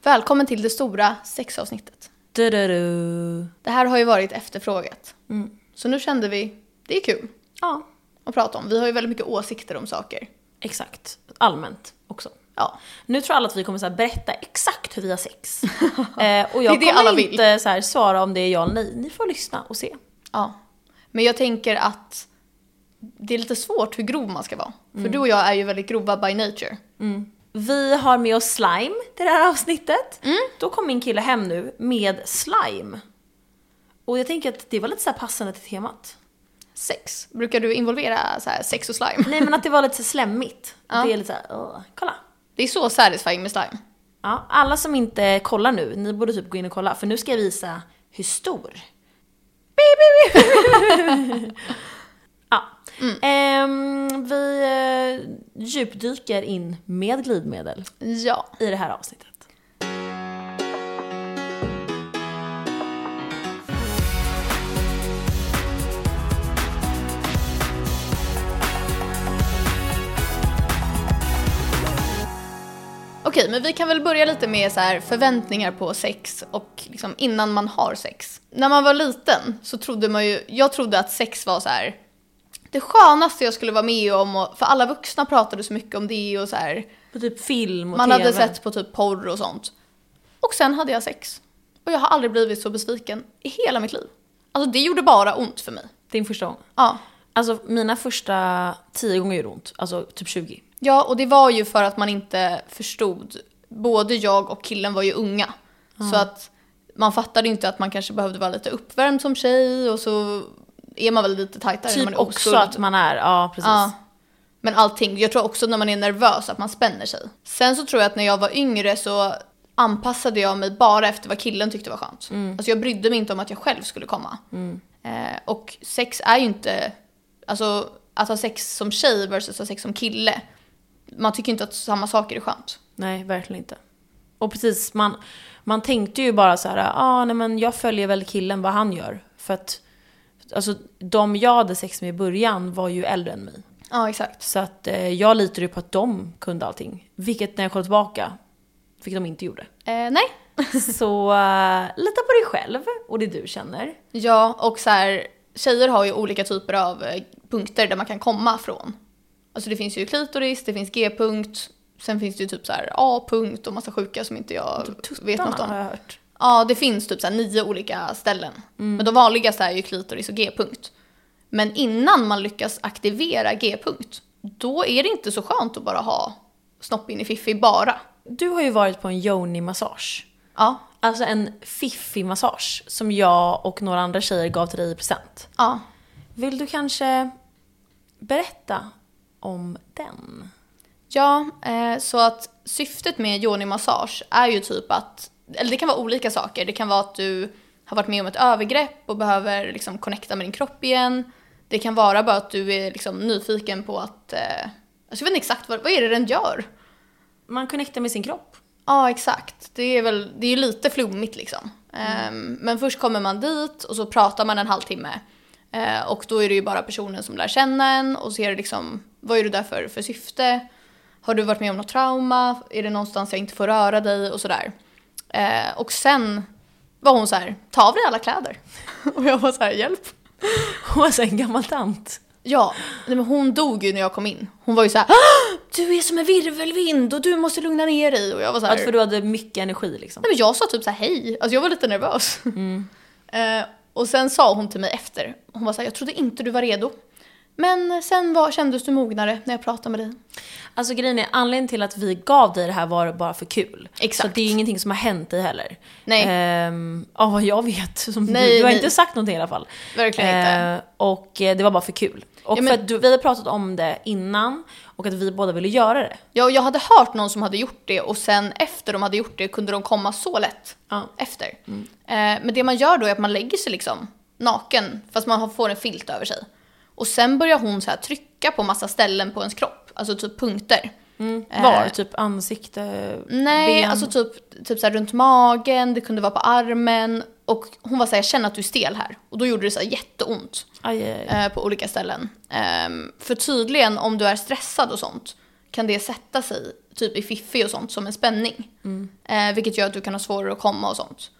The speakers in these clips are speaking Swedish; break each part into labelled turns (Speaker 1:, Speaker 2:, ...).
Speaker 1: Välkommen till det stora sexavsnittet.
Speaker 2: Du-du-du.
Speaker 1: Det här har ju varit efterfrågat. Så nu kände vi, det är kul
Speaker 2: Ja,
Speaker 1: att prata om. Vi har ju väldigt mycket åsikter om saker.
Speaker 2: exakt. Allmänt också.
Speaker 1: Ja.
Speaker 2: Nu tror alla att vi kommer så här berätta exakt hur vi har sex. eh, och jag
Speaker 1: Det är det
Speaker 2: kommer
Speaker 1: alla vill.
Speaker 2: inte så här svara om det är ja eller nej. Ni får lyssna och se.
Speaker 1: ja. Men jag tänker att det är lite svårt hur grov man ska vara. För du och jag är ju väldigt grova by nature.
Speaker 2: Mm. Vi har med oss slime till det här avsnittet.
Speaker 1: Mm.
Speaker 2: Då kom min kille hem nu med slime. Och jag tänker att det var lite så här passande till temat.
Speaker 1: Sex. Brukar du involvera så här sex och slime?
Speaker 2: Nej men att det var lite så här slemmigt.
Speaker 1: Ja.
Speaker 2: Det är lite så här, "Åh, kolla.
Speaker 1: Det är så satisfying med slime.
Speaker 2: Ja, alla som inte kollar nu, ni borde typ gå in och kolla för nu ska jag visa hur stor. Beep, beep, beep. ja.
Speaker 1: Mm.
Speaker 2: Ehm, vi eh, djupdyker in med glidmedel
Speaker 1: Ja.
Speaker 2: i det här avsnittet.
Speaker 1: Okej, men vi kan väl börja lite med så här förväntningar på sex och liksom innan man har sex. När man var liten så trodde man ju, jag trodde att sex var så här det skönaste jag skulle vara med om och, för alla vuxna pratade så mycket om det och så här.
Speaker 2: På typ film och
Speaker 1: Man
Speaker 2: TV.
Speaker 1: hade sett på typ porr och sånt. Och sen hade jag sex. Och jag har aldrig blivit så besviken i hela mitt liv. Alltså det gjorde bara ont för mig.
Speaker 2: Din första gång.
Speaker 1: Ja.
Speaker 2: Alltså mina första tio gånger gjorde ont, alltså typ 20.
Speaker 1: Ja, och det var ju för att man inte förstod. Både jag och killen var ju unga. Så att man fattade ju inte att man kanske behövde vara lite uppvärmd som tjej och så är man väl lite tajtare när man
Speaker 2: Typ
Speaker 1: är
Speaker 2: också
Speaker 1: oskuld.
Speaker 2: att man är, ja precis.
Speaker 1: Ja. Men allting, jag tror också när man är nervös att man spänner sig. Sen så tror jag att när jag var yngre så anpassade jag mig bara efter vad killen tyckte var skönt. Alltså jag brydde mig inte om att jag själv skulle komma. Eh, och sex är ju inte, alltså att ha sex som tjej versus att ha sex som kille. Man tycker inte att samma saker är skönt.
Speaker 2: Nej, verkligen inte. Och precis, man, man tänkte ju bara så här, ah, nej men jag följer väl killen vad han gör. För att alltså, de jag hade sex med i början var ju äldre än mig.
Speaker 1: Ja exakt.
Speaker 2: Så att eh, jag litade ju på att de kunde allting. Vilket när jag kollar tillbaka, vilket de inte gjorde.
Speaker 1: Eh, nej.
Speaker 2: Så eh, lita på dig själv och det du känner.
Speaker 1: Ja och så här, tjejer har ju olika typer av eh, punkter där man kan komma från. Alltså det finns ju klitoris, det finns G-punkt, sen finns det ju typ så här A-punkt och massa sjuka som inte jag vet något
Speaker 2: Har
Speaker 1: om.
Speaker 2: jag hört.
Speaker 1: Ja, det finns typ så här nio olika ställen. Men de vanligaste är ju klitoris och G-punkt. Men innan man lyckas aktivera G-punkt, då är det inte så skönt att bara ha snopp in i fiffi bara.
Speaker 2: Du har ju varit på en yoni-massage.
Speaker 1: Ja,
Speaker 2: Alltså en fiffig massage som jag och några andra tjejer gav till dig i present.
Speaker 1: ja.
Speaker 2: Vill du kanske berätta om den?
Speaker 1: Ja, eh, så att syftet med yoni-massage är ju typ att, eller det kan vara olika saker. Det kan vara att du har varit med om ett övergrepp och behöver liksom connecta med din kropp igen. Det kan vara bara att du är liksom nyfiken på att, eh, alltså jag vet inte exakt vad, vad är det den gör?
Speaker 2: Man connectar med sin kropp.
Speaker 1: Ja, exakt. Det är väl, det är ju lite flummigt liksom. Ehm, men först kommer man dit och så pratar man en halvtimme. Eh, och då är det ju bara personen som lär känna en och ser liksom, vad är du där för, för syfte? Har du varit med om något trauma? Är det någonstans jag inte får röra dig? Och sådär. Eh, och sen var hon så här, ta av dig alla kläder. och jag var så här, hjälp.
Speaker 2: Hon är en gammal tant.
Speaker 1: Ja, nej, men hon dog ju när jag kom in. Hon var ju så här, "Ah, du är som en virvelvind och du måste lugna ner dig. Och jag var så här,
Speaker 2: Att för du hade mycket energi liksom.
Speaker 1: Nej, men jag sa typ så här hej, alltså jag var lite nervös. Eh, och sen sa hon till mig efter, hon var så här, jag trodde inte du var redo. Men sen var, kändes du mognare när jag pratade med dig.
Speaker 2: Alltså grejen är, anledningen till att vi gav dig det här var bara för kul.
Speaker 1: Exakt.
Speaker 2: Så det är ingenting som har hänt dig heller.
Speaker 1: Nej.
Speaker 2: Ehm, Ja, vad jag vet. Som
Speaker 1: Nej,
Speaker 2: du, du har
Speaker 1: nej.
Speaker 2: inte sagt någonting i alla fall.
Speaker 1: Verkligen inte.
Speaker 2: Ehm, och eh, det var bara för kul. Och
Speaker 1: Ja, men-
Speaker 2: för att du, vi hade pratat om det innan och att vi båda ville göra det.
Speaker 1: Jag, jag hade hört någon som hade gjort det och sen efter de hade gjort det kunde de komma så lätt
Speaker 2: Ja.
Speaker 1: efter. Eh, men det man gör då är att man lägger sig liksom naken fast man har- får en filt över sig. Och sen börjar hon så här trycka på massa ställen på ens kropp, alltså typ punkter.
Speaker 2: Var? Typ ansikte,
Speaker 1: Nej,
Speaker 2: ben.
Speaker 1: alltså typ, typ så här runt magen, det kunde vara på armen. Och hon var såhär, jag känner att du är stel här. Och då gjorde det så här jätteont
Speaker 2: Aj, aj, aj.
Speaker 1: eh, på olika ställen. Ehm, för tydligen om du är stressad och sånt kan det sätta sig typ i fiffi och sånt som en spänning.
Speaker 2: Mm.
Speaker 1: Eh, vilket gör att du kan ha svårare att komma och sånt.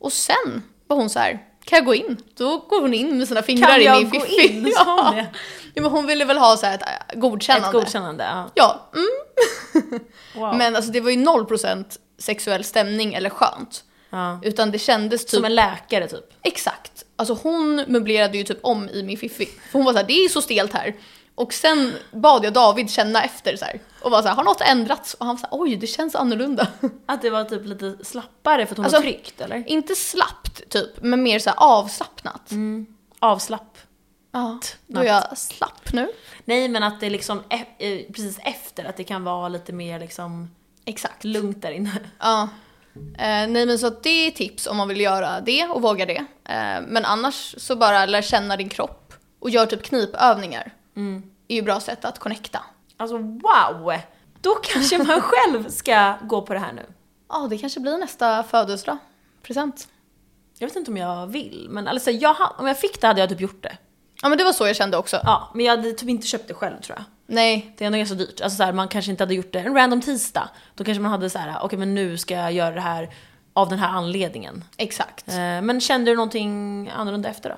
Speaker 1: Och sen var hon så här, kan jag gå in? Då går hon in med sina fingrar
Speaker 2: Kan
Speaker 1: i
Speaker 2: jag
Speaker 1: min
Speaker 2: gå
Speaker 1: fiffi.
Speaker 2: in? Sa hon det?
Speaker 1: ja, men hon ville väl ha så här ett äh, godkännande.
Speaker 2: Ett godkännande, ja.
Speaker 1: Ja, mm.
Speaker 2: Wow.
Speaker 1: men alltså det var ju 0% sexuell stämning eller skönt.
Speaker 2: ja.
Speaker 1: Utan det kändes typ
Speaker 2: Som en läkare typ.
Speaker 1: Exakt. Alltså hon möblerade ju typ om i min fiffi. För hon var såhär, det är så stelt här. Och sen bad jag David känna efter så här. Och var såhär, har något ändrats? Och han var såhär, oj det känns annorlunda.
Speaker 2: Att det var typ lite slappare för att hon
Speaker 1: Alltså-
Speaker 2: var tryckt eller?
Speaker 1: Inte slappt typ, men mer såhär avslappnat.
Speaker 2: Mm. Avslapp.
Speaker 1: Ja, då är jag slapp nu.
Speaker 2: Nej men att det är liksom e- eh, precis efter, att det kan vara lite mer liksom
Speaker 1: Exakt.
Speaker 2: lugnt där inne.
Speaker 1: Ja. Eh, nej men så att det är tips om man vill göra det och våga det. Eh, men annars så bara lär känna din kropp och gör typ knipövningar. är ju bra sätt att connecta.
Speaker 2: Alltså wow! Då kanske man själv ska gå på det här nu.
Speaker 1: Ja, det kanske blir nästa födelsedagspresent.
Speaker 2: Jag vet inte om jag vill, men alltså, jag, ha- om jag fick det hade jag typ gjort det.
Speaker 1: Ja, men det var så jag kände också.
Speaker 2: Ja, men jag hade typ inte köpt det själv tror jag.
Speaker 1: Nej,
Speaker 2: Det är ändå ganska dyrt. Alltså så här, man kanske inte hade gjort det en random tisdag. Då kanske man hade så här, okej men nu ska jag göra det här av den här anledningen.
Speaker 1: exakt.
Speaker 2: Eh, men kände du någonting annorlunda efter då?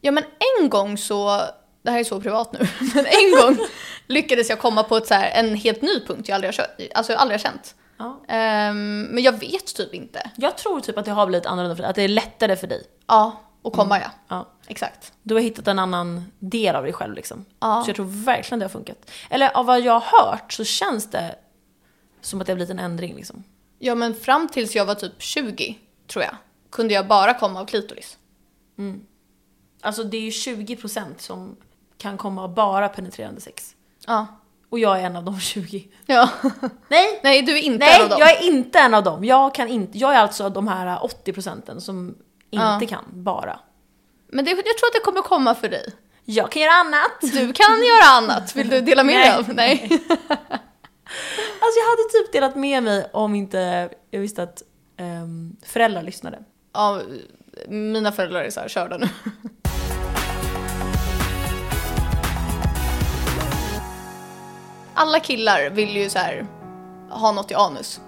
Speaker 1: Ja, men en gång så... Det här är så privat nu, men en gång lyckades jag komma på ett, så här, en helt ny punkt jag aldrig har, kö- alltså, jag aldrig har känt.
Speaker 2: Ja.
Speaker 1: Ehm, men jag vet typ inte.
Speaker 2: Jag tror typ att det har blivit annorlunda för dig, att det är lättare för dig.
Speaker 1: Ja, och komma ja.
Speaker 2: Ja.
Speaker 1: Exakt.
Speaker 2: Du har hittat en annan del av dig själv liksom.
Speaker 1: Ja.
Speaker 2: Så jag tror verkligen det har funkat. Eller av vad jag har hört så känns det som att det har blivit en ändring liksom.
Speaker 1: Ja, men fram tills jag var typ 20, tror jag, kunde jag bara komma av klitoris.
Speaker 2: Alltså det är ju 20% som kan komma av bara penetrerande sex.
Speaker 1: Ja.
Speaker 2: Och jag är en av de 20.
Speaker 1: ja.
Speaker 2: Nej!
Speaker 1: Nej, du är inte
Speaker 2: Nej,
Speaker 1: en av dem.
Speaker 2: jag är inte en av dem. Jag, kan inte, jag är alltså de här 80% som inte kan bara.
Speaker 1: Men det, jag tror att det kommer komma för dig.
Speaker 2: Jag kan göra annat!
Speaker 1: Du kan göra annat, vill du dela med dig
Speaker 2: Nej.
Speaker 1: av? Nej.
Speaker 2: Alltså jag hade typ delat med mig om inte jag visste att ehm, föräldrar lyssnade.
Speaker 1: Ja, mina föräldrar är så här körda nu. Alla killar vill ju så här ha något i anus.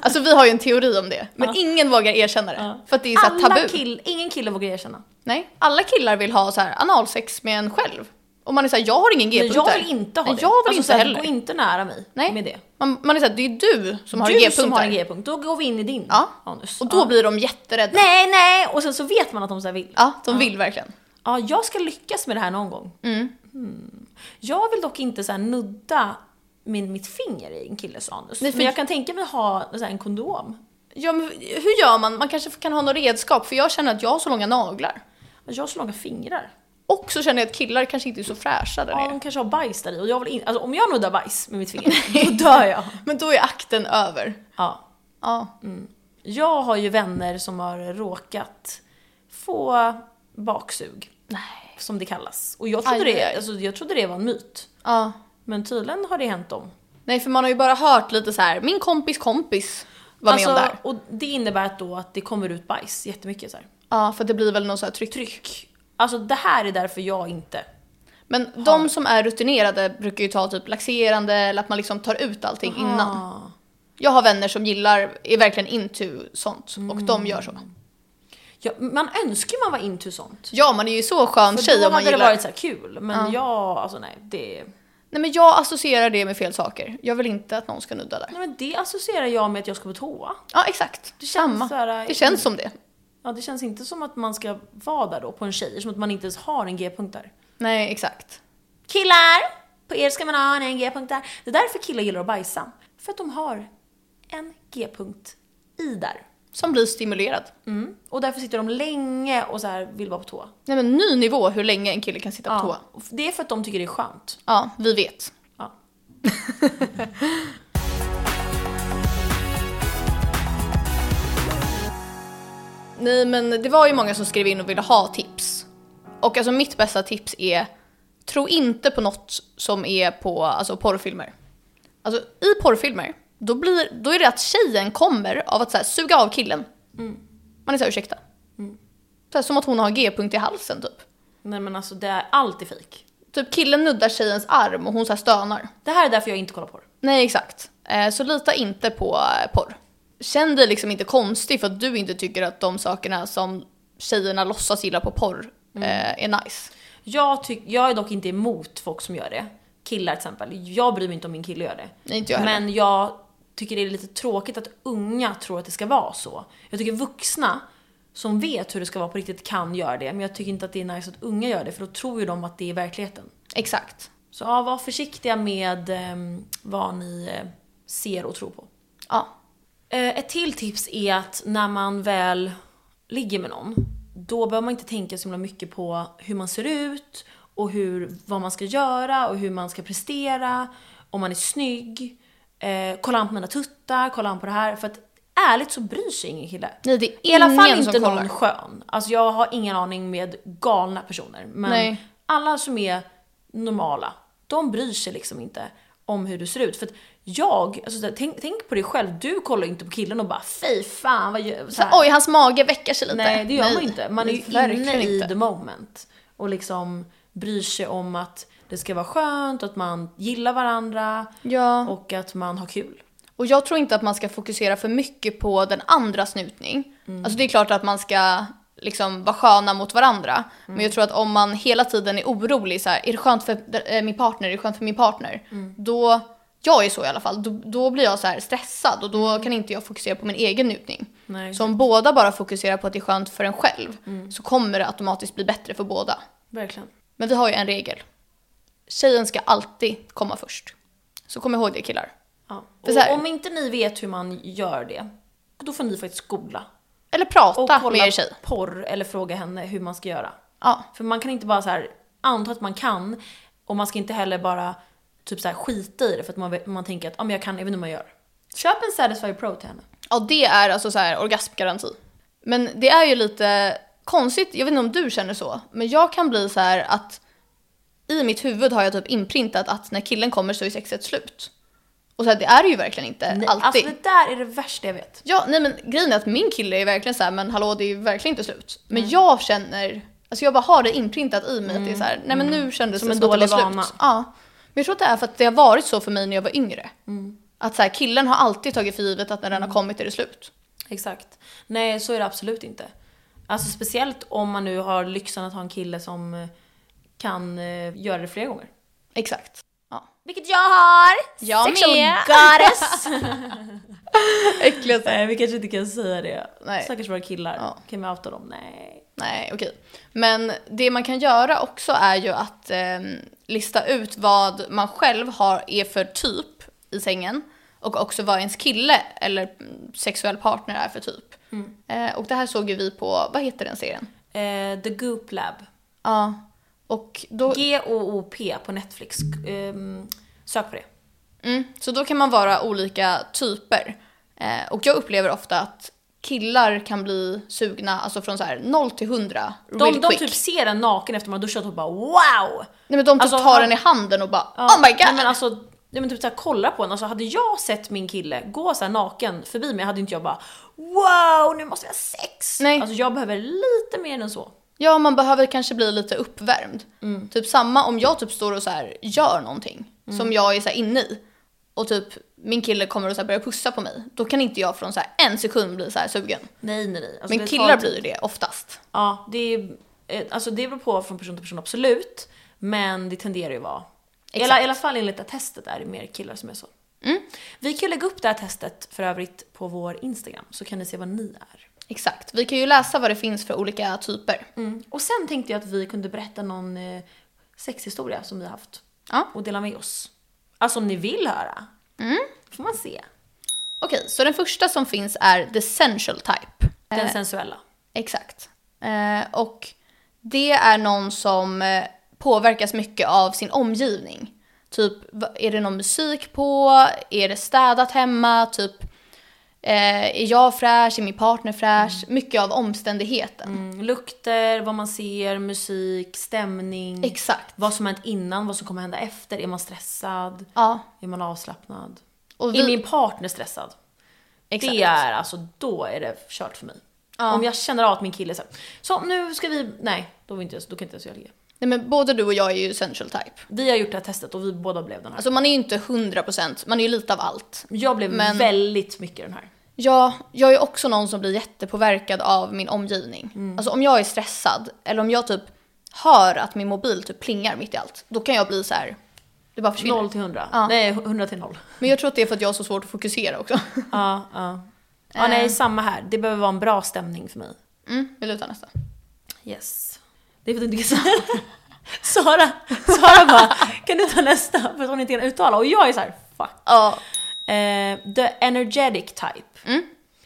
Speaker 1: Alltså vi har ju en teori om det, men ingen vågar erkänna det.
Speaker 2: Ja.
Speaker 1: För att det är så här
Speaker 2: Alla
Speaker 1: tabu.
Speaker 2: kill, ingen kille vågar erkänna.
Speaker 1: Nej, alla killar vill ha så här analsex med en själv. Och man är såhär, jag har ingen
Speaker 2: Men
Speaker 1: g-punkt
Speaker 2: jag
Speaker 1: där.
Speaker 2: vill inte ha
Speaker 1: Nej,
Speaker 2: det.
Speaker 1: Jag vill
Speaker 2: Alltså
Speaker 1: inte
Speaker 2: så här,
Speaker 1: heller.
Speaker 2: Gå inte nära mig
Speaker 1: Nej.
Speaker 2: med det.
Speaker 1: Man, man är såhär, det är du som har en
Speaker 2: du
Speaker 1: g-punkt
Speaker 2: som har en
Speaker 1: där.
Speaker 2: g-punkt, då går vi in i din
Speaker 1: Ja.
Speaker 2: anus.
Speaker 1: Och då
Speaker 2: ja.
Speaker 1: blir de jätterädda.
Speaker 2: Nej, nej! Och sen så vet man att de så här vill.
Speaker 1: Ja, de vill verkligen.
Speaker 2: Ja, jag ska lyckas med det här någon gång.
Speaker 1: Mm.
Speaker 2: Hmm. Jag vill dock inte så här nudda min, mitt finger i en killes anus.
Speaker 1: Nej, för-
Speaker 2: Men jag kan tänka mig att ha så här en kondom.
Speaker 1: Ja, men hur gör man? Man kanske kan ha något redskap, för jag känner att jag har så långa naglar.
Speaker 2: Jag har så långa fingrar.
Speaker 1: Och så känner jag att killar kanske inte är så fräscha där
Speaker 2: Ja,
Speaker 1: nere.
Speaker 2: de kanske har bajs där i. Och jag vill in... alltså, om jag nuddar bajs med mitt finger, då dör jag.
Speaker 1: Men då är akten över.
Speaker 2: Ja.
Speaker 1: Ja.
Speaker 2: Jag har ju vänner som har råkat få baksug,
Speaker 1: Nej.
Speaker 2: som det kallas. Och jag trodde,
Speaker 1: Aj, aj,
Speaker 2: det,
Speaker 1: aj.
Speaker 2: alltså, jag trodde det var en myt.
Speaker 1: Ja.
Speaker 2: Men tydligen har det hänt dem.
Speaker 1: Nej, för man har ju bara hört lite så här, min kompis kompis var
Speaker 2: alltså,
Speaker 1: med om det här.
Speaker 2: Och det innebär att då att det kommer ut bajs jättemycket. Så här.
Speaker 1: Ja, för det blir väl något så här tryck.
Speaker 2: Tryck. Alltså det här är därför jag inte...
Speaker 1: Men de som är rutinerade brukar ju ta typ laxerande eller att man liksom tar ut allting innan.
Speaker 2: Ah.
Speaker 1: Jag har vänner som gillar, är verkligen into sånt och
Speaker 2: Mm.
Speaker 1: de gör så.
Speaker 2: Ja, man önskar ju man var into sånt.
Speaker 1: Ja, man är ju så skön
Speaker 2: För
Speaker 1: tjej
Speaker 2: då
Speaker 1: om man
Speaker 2: hade det
Speaker 1: gillar
Speaker 2: varit så här kul. Men jag, alltså nej. Det...
Speaker 1: Nej men jag associerar det med fel saker. Jag vill inte att någon ska nudda där.
Speaker 2: nej men det associerar jag med att jag ska på toa.
Speaker 1: Ja exakt,
Speaker 2: Det känns
Speaker 1: samma.
Speaker 2: så här- äh,
Speaker 1: det känns som det.
Speaker 2: Ja, det känns inte som att man ska vara där då på en tjej, som att man inte ens har en g-punkt där.
Speaker 1: Nej exakt.
Speaker 2: Killar! På er ska man ha en g-punkt där. Det är därför killar gillar att bajsa. För att de har en g-punkt i där.
Speaker 1: Som blir stimulerad.
Speaker 2: Mm. Och därför sitter de länge och så här vill vara på toa.
Speaker 1: Nej men ny nivå hur länge en kille kan sitta på toa.
Speaker 2: Ja. och Det är för att de tycker det är skönt.
Speaker 1: Ja, vi vet.
Speaker 2: Ja.
Speaker 1: Nej men det var ju många som skrev in och ville ha tips. Och alltså mitt bästa tips är tro inte på något som är på alltså, porrfilmer. Alltså i porrfilmer, då, blir, då är det att tjejen kommer av att så här, suga av killen. Man är såhär ursäkta. Så här, som att hon har G-punkt i halsen typ.
Speaker 2: Nej men alltså det är, allt är fejk.
Speaker 1: Typ killen nuddar tjejens arm och hon så här stönar.
Speaker 2: Det här är därför jag inte kollar på det.
Speaker 1: Nej, exakt. Eh, Så lita inte på eh, porr. Känn dig liksom inte konstig för att du inte tycker att de sakerna som tjejerna låtsas gilla på porr
Speaker 2: Mm.
Speaker 1: eh, är nice.
Speaker 2: Jag, tyck, jag är dock inte emot folk som gör det. Killar till exempel. Jag bryr mig inte om min kille gör det.
Speaker 1: Nej, inte jag heller.
Speaker 2: Men jag tycker det är lite tråkigt att unga tror att det ska vara så. Jag tycker vuxna som vet hur det ska vara på riktigt kan göra det. Men jag tycker inte att det är nice att unga gör det för då tror ju de att det är verkligheten.
Speaker 1: Exakt.
Speaker 2: Så ja, var försiktiga med ehm, vad ni eh, ser och tror på.
Speaker 1: Ja.
Speaker 2: Eh, Ett till tips är att när man väl ligger med någon, då behöver man inte tänka så himla mycket på hur man ser ut och hur, vad man ska göra och hur man ska prestera, om man är snygg. Eh, kolla an på mina tuttar, kolla an på det här. För att ärligt så bryr sig ingen kille.
Speaker 1: Nej, det är
Speaker 2: I alla fall
Speaker 1: ingen
Speaker 2: inte
Speaker 1: som
Speaker 2: någon
Speaker 1: kollar.
Speaker 2: skön. Alltså jag har ingen aning med galna personer. Men
Speaker 1: Nej.
Speaker 2: alla som är normala, de bryr sig liksom inte om hur du ser ut. För att jag, alltså, så här, tänk, tänk på dig själv, du kollar ju inte på killen och bara fy fan vad gör... Så här.
Speaker 1: Oj, hans mage väcker sig lite.
Speaker 2: Nej det gör man ju inte. Man är ju
Speaker 1: verkligen
Speaker 2: inne i the moment. Och liksom bryr sig om att det ska vara skönt, att man gillar varandra
Speaker 1: Ja.
Speaker 2: och att man har kul.
Speaker 1: Och jag tror inte att man ska fokusera för mycket på den andras njutning. Alltså det är klart att man ska liksom vara sköna mot varandra. Men jag tror att om man hela tiden är orolig så här, är det skönt för eh, min partner, är det skönt för min partner? Då, jag är så i alla fall, då, då blir jag så här stressad och då kan inte jag fokusera på min egen njutning.
Speaker 2: Nej,
Speaker 1: Så om båda bara fokuserar på att det är skönt för en själv så kommer det automatiskt bli bättre för båda.
Speaker 2: verkligen.
Speaker 1: Men vi har ju en regel. Tjejen ska alltid komma först. Så kom ihåg det killar.
Speaker 2: Ja.
Speaker 1: För så här-
Speaker 2: Och om inte ni vet hur man gör det, då får ni faktiskt googla.
Speaker 1: Eller
Speaker 2: Och
Speaker 1: prata med
Speaker 2: kolla
Speaker 1: er tjej.
Speaker 2: porr eller fråga henne hur man ska göra.
Speaker 1: Ja.
Speaker 2: För man kan inte bara så här anta att man kan och man ska inte heller bara typ så här skita i det för att man, vet- man tänker att om jag kan, jag vet inte hur man gör. Köp en Satisfy Pro till henne.
Speaker 1: Ja, det är alltså så här orgasmgaranti. Men det är ju lite konstigt, jag vet inte om du känner så, men jag kan bli så här att i mitt huvud har jag typ inprintat att när killen kommer så är sexet slut. Och så här, det är det ju verkligen inte alltid.
Speaker 2: Alltså det där är det värsta jag vet.
Speaker 1: Ja, nej men grejen är att min kille är verkligen så här, men hallå det är ju verkligen inte slut. Men
Speaker 2: Mm.
Speaker 1: jag känner, alltså jag bara har det inprintat i mig att det är så här, nej men nu kändes
Speaker 2: Mm. Som
Speaker 1: det
Speaker 2: en
Speaker 1: som att det
Speaker 2: dålig
Speaker 1: var
Speaker 2: vana.
Speaker 1: slut. Ja. Men jag tror att det är för att det har varit så för mig när jag var yngre.
Speaker 2: Mm.
Speaker 1: Att så här, killen har alltid tagit för givet att när den har kommit är det slut.
Speaker 2: Exakt. Nej, så är det absolut inte. Alltså speciellt om man nu har lyxen att ha en kille som eh, kan eh, göra det flera gånger.
Speaker 1: Exakt. Ja.
Speaker 2: Vilket jag har!
Speaker 1: Jag
Speaker 2: Sexual
Speaker 1: med.
Speaker 2: goddess!
Speaker 1: Äckligt.
Speaker 2: Nej, vi kanske inte kan säga det.
Speaker 1: Nej.
Speaker 2: Stackars våra killar.
Speaker 1: Ja.
Speaker 2: Kan vi outa dem? Nej.
Speaker 1: Nej, okej. Men det man kan göra också är ju att eh, lista ut vad man själv har, är för typ i sängen och också vad ens kille eller mm, sexuell partner är för typ.
Speaker 2: Mm.
Speaker 1: Eh, och det här såg ju vi på, vad heter den serien?
Speaker 2: Eh, The Goop Lab.
Speaker 1: Ja. Och då,
Speaker 2: G-O-O-P på Netflix. Ehm, sök på det.
Speaker 1: mm, så då kan man vara olika typer. Eh, och jag upplever ofta att killar kan bli sugna, alltså från så här 0 till 100
Speaker 2: De,
Speaker 1: real
Speaker 2: de
Speaker 1: quick.
Speaker 2: typ ser en naken efter man har duschat och bara wow!
Speaker 1: Nej men de typ
Speaker 2: Alltså,
Speaker 1: tar
Speaker 2: han-
Speaker 1: den i handen och bara
Speaker 2: Ja,
Speaker 1: oh my god!
Speaker 2: nej, Men alltså, nej, men typ såhär, kolla på en. Alltså, hade jag sett min kille gå så här naken förbi mig hade inte jag bara wow nu måste vi ha sex!
Speaker 1: Nej.
Speaker 2: Alltså jag behöver lite mer än så.
Speaker 1: Ja, man behöver kanske bli lite uppvärmd.
Speaker 2: Mm.
Speaker 1: Typ samma om jag typ står och så här gör någonting som jag är så här inne i och typ min kille kommer och så här börjar pussa på mig. Då kan inte jag från så här en sekund bli så här sugen.
Speaker 2: Nej nej nej. Alltså,
Speaker 1: Men
Speaker 2: det
Speaker 1: killar
Speaker 2: tar-
Speaker 1: blir ju det oftast.
Speaker 2: Ja, det, är, eh, alltså, det beror på från person till person absolut. Men det tenderar ju vara... I alla, I alla fall enligt det här testet är det mer killar som är så.
Speaker 1: Mm.
Speaker 2: Vi kan ju lägga upp det här testet för övrigt på vår Instagram så kan ni se vad ni är.
Speaker 1: Exakt. Vi kan ju läsa vad det finns för olika typer.
Speaker 2: Och sen tänkte jag att vi kunde berätta någon eh, sexhistoria som vi har haft.
Speaker 1: Ja. Mm.
Speaker 2: Och dela med oss. Alltså om ni vill höra. Får man se.
Speaker 1: Okej, så den första som finns är the sensual type.
Speaker 2: Den
Speaker 1: Eh,
Speaker 2: sensuella.
Speaker 1: Exakt. Eh, och det är någon som eh, påverkas mycket av sin omgivning. Typ, va- är det någon musik på? Är det städat hemma? Typ, eh, är jag fräsch? Är min partner fräsch? Mycket av omständigheten.
Speaker 2: Mm, lukter, vad man ser, musik, stämning.
Speaker 1: Exakt.
Speaker 2: Vad som hänt innan, vad som kommer hända efter. Är man stressad?
Speaker 1: Ja.
Speaker 2: Är man avslappnad?
Speaker 1: Och
Speaker 2: Är
Speaker 1: vi,
Speaker 2: min partner stressad?
Speaker 1: exakt.
Speaker 2: Det är alltså, då är det kört för mig. Om jag känner av att min kille är så, här, så nu ska vi, nej, då, är vi inte, då kan inte ens jag ligga.
Speaker 1: Nej men både du och jag är ju essential type.
Speaker 2: Vi har gjort det här testet och vi båda blev den här.
Speaker 1: Alltså man är ju inte 100%, man är ju lite av allt.
Speaker 2: jag blev
Speaker 1: men-
Speaker 2: väldigt mycket den här.
Speaker 1: Ja, jag är också någon som blir jättepåverkad av min omgivning. Alltså om jag är stressad eller om jag typ hör att min mobil typ plingar mitt i allt, då kan jag bli så här. det bara försvinner.
Speaker 2: 0 till 100.
Speaker 1: Ja.
Speaker 2: Nej, 100 till 0.
Speaker 1: Men jag tror att det är för att jag har så svårt att fokusera också.
Speaker 2: Ja, ja. Ja,
Speaker 1: Eh.
Speaker 2: nej, samma här. Det behöver vara en bra stämning för mig.
Speaker 1: Mm, vi lutar nästa.
Speaker 2: Yes. Det är för att du inte kan säga. Sara, Sara bara, kan du ta nästa? För att hon inte kan uttala. Och jag är så här, fuck.
Speaker 1: Ja,
Speaker 2: Eh, the energetic type.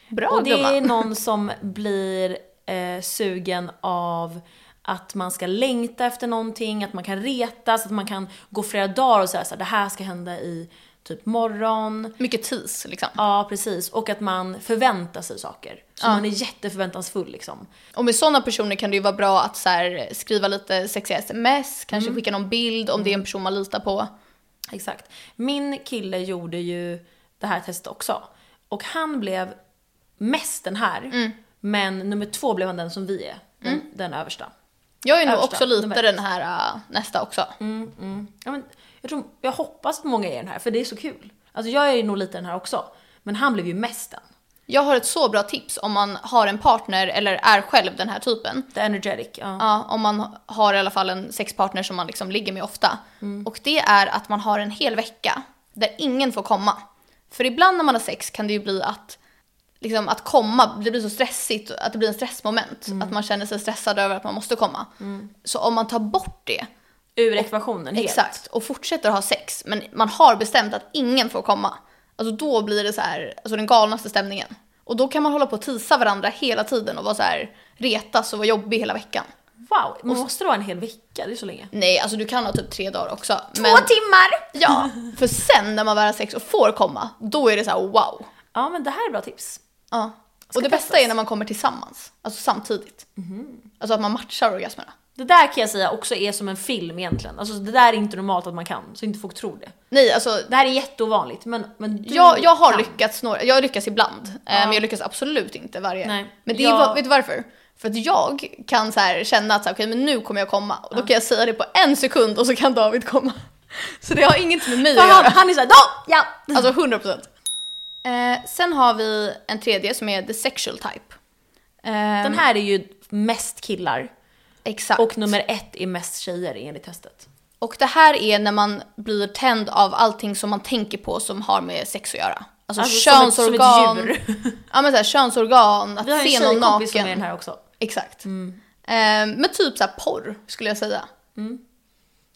Speaker 1: bra
Speaker 2: och det
Speaker 1: gumman.
Speaker 2: är någon som blir eh, sugen av att man ska längta efter någonting, att man kan retas, att man kan gå flera dagar och säga så här, det här ska hända i typ morgon.
Speaker 1: Mycket tis liksom.
Speaker 2: Ja, precis. Och att man förväntar sig saker. Så man är jätteförväntansfull liksom.
Speaker 1: Och med sådana personer kan det ju vara bra att så här, skriva lite sexiga sms, kanske skicka någon bild om det är en person man litar på.
Speaker 2: Exakt. Min kille gjorde ju det här testet också. Och han blev mest den här. Men nummer två blev han den som vi är. Den, den översta.
Speaker 1: Jag är nog
Speaker 2: Översta,
Speaker 1: också lite
Speaker 2: nummer
Speaker 1: den här äh, nästa också.
Speaker 2: Ja, men jag, tror, jag hoppas att många är den här, för det är så kul. Alltså jag är nog lite den här också. Men han blev ju mest den.
Speaker 1: Jag har ett så bra tips om man har en partner eller är själv den här typen.
Speaker 2: The energetic. Ja.
Speaker 1: Ja, om man har i alla fall en sexpartner som man liksom ligger med ofta. Och det är att man har en hel vecka där ingen får komma. För ibland när man har sex kan det ju bli att, liksom, att komma, det blir så stressigt, att det blir en stressmoment. Att man känner sig stressad över att man måste komma. Så om man tar bort det,
Speaker 2: Ur ekvationen helt.
Speaker 1: exakt, och fortsätter ha sex, men man har bestämt att ingen får komma. Alltså då blir det så här, alltså den galnaste stämningen. Och då kan man hålla på och tisa varandra hela tiden och vara så här, retas och vara jobbig hela veckan.
Speaker 2: Wow, man måste då ha en hel vecka, det är så länge.
Speaker 1: Nej, alltså du kan ha typ tre dagar också.
Speaker 2: Två timmar!
Speaker 1: Ja, för sen när man väl har sex och får komma, då är det så här wow.
Speaker 2: Ja men det här är bra tips.
Speaker 1: Ja.
Speaker 2: Ska
Speaker 1: Och det
Speaker 2: testas. Mhm.
Speaker 1: bästa är när man kommer tillsammans, alltså samtidigt. Alltså att man matchar orgasmerna.
Speaker 2: Det där kan jag säga också är som en film egentligen. Alltså det där är inte normalt att man kan, så inte folk tror det.
Speaker 1: Nej, alltså
Speaker 2: Det här är jätteovanligt men, men du
Speaker 1: jag, jag har
Speaker 2: kan.
Speaker 1: lyckats några, jag lyckas ibland, eh,
Speaker 2: Ja.
Speaker 1: men jag lyckas absolut inte varje.
Speaker 2: Nej.
Speaker 1: Men det är,
Speaker 2: Jag-
Speaker 1: va- vet du varför? För att jag kan så här känna att så här, okej, men nu kommer jag komma. Och då kan jag säga det på en sekund och så kan David komma. Så det har inget med mig
Speaker 2: För
Speaker 1: att
Speaker 2: han,
Speaker 1: göra.
Speaker 2: han är såhär då, ja!
Speaker 1: Alltså 100 procent. Eh, sen har vi en tredje som är the sexual type. Eh,
Speaker 2: Den här är ju mest killar
Speaker 1: exakt.
Speaker 2: och nummer ett är mest tjejer enligt testet.
Speaker 1: Och det här är när man blir tänd av allting som man tänker på som har med sex att göra. Alltså,
Speaker 2: Alltså, som ett- som ett
Speaker 1: könsorgan.
Speaker 2: djur.
Speaker 1: ja men så här, könsorgan, att
Speaker 2: Vi har ju en
Speaker 1: se någon
Speaker 2: tjejkompis som är den
Speaker 1: naken.
Speaker 2: här också.
Speaker 1: Exakt.
Speaker 2: Mm.
Speaker 1: Eh, men typ så här porr skulle jag säga.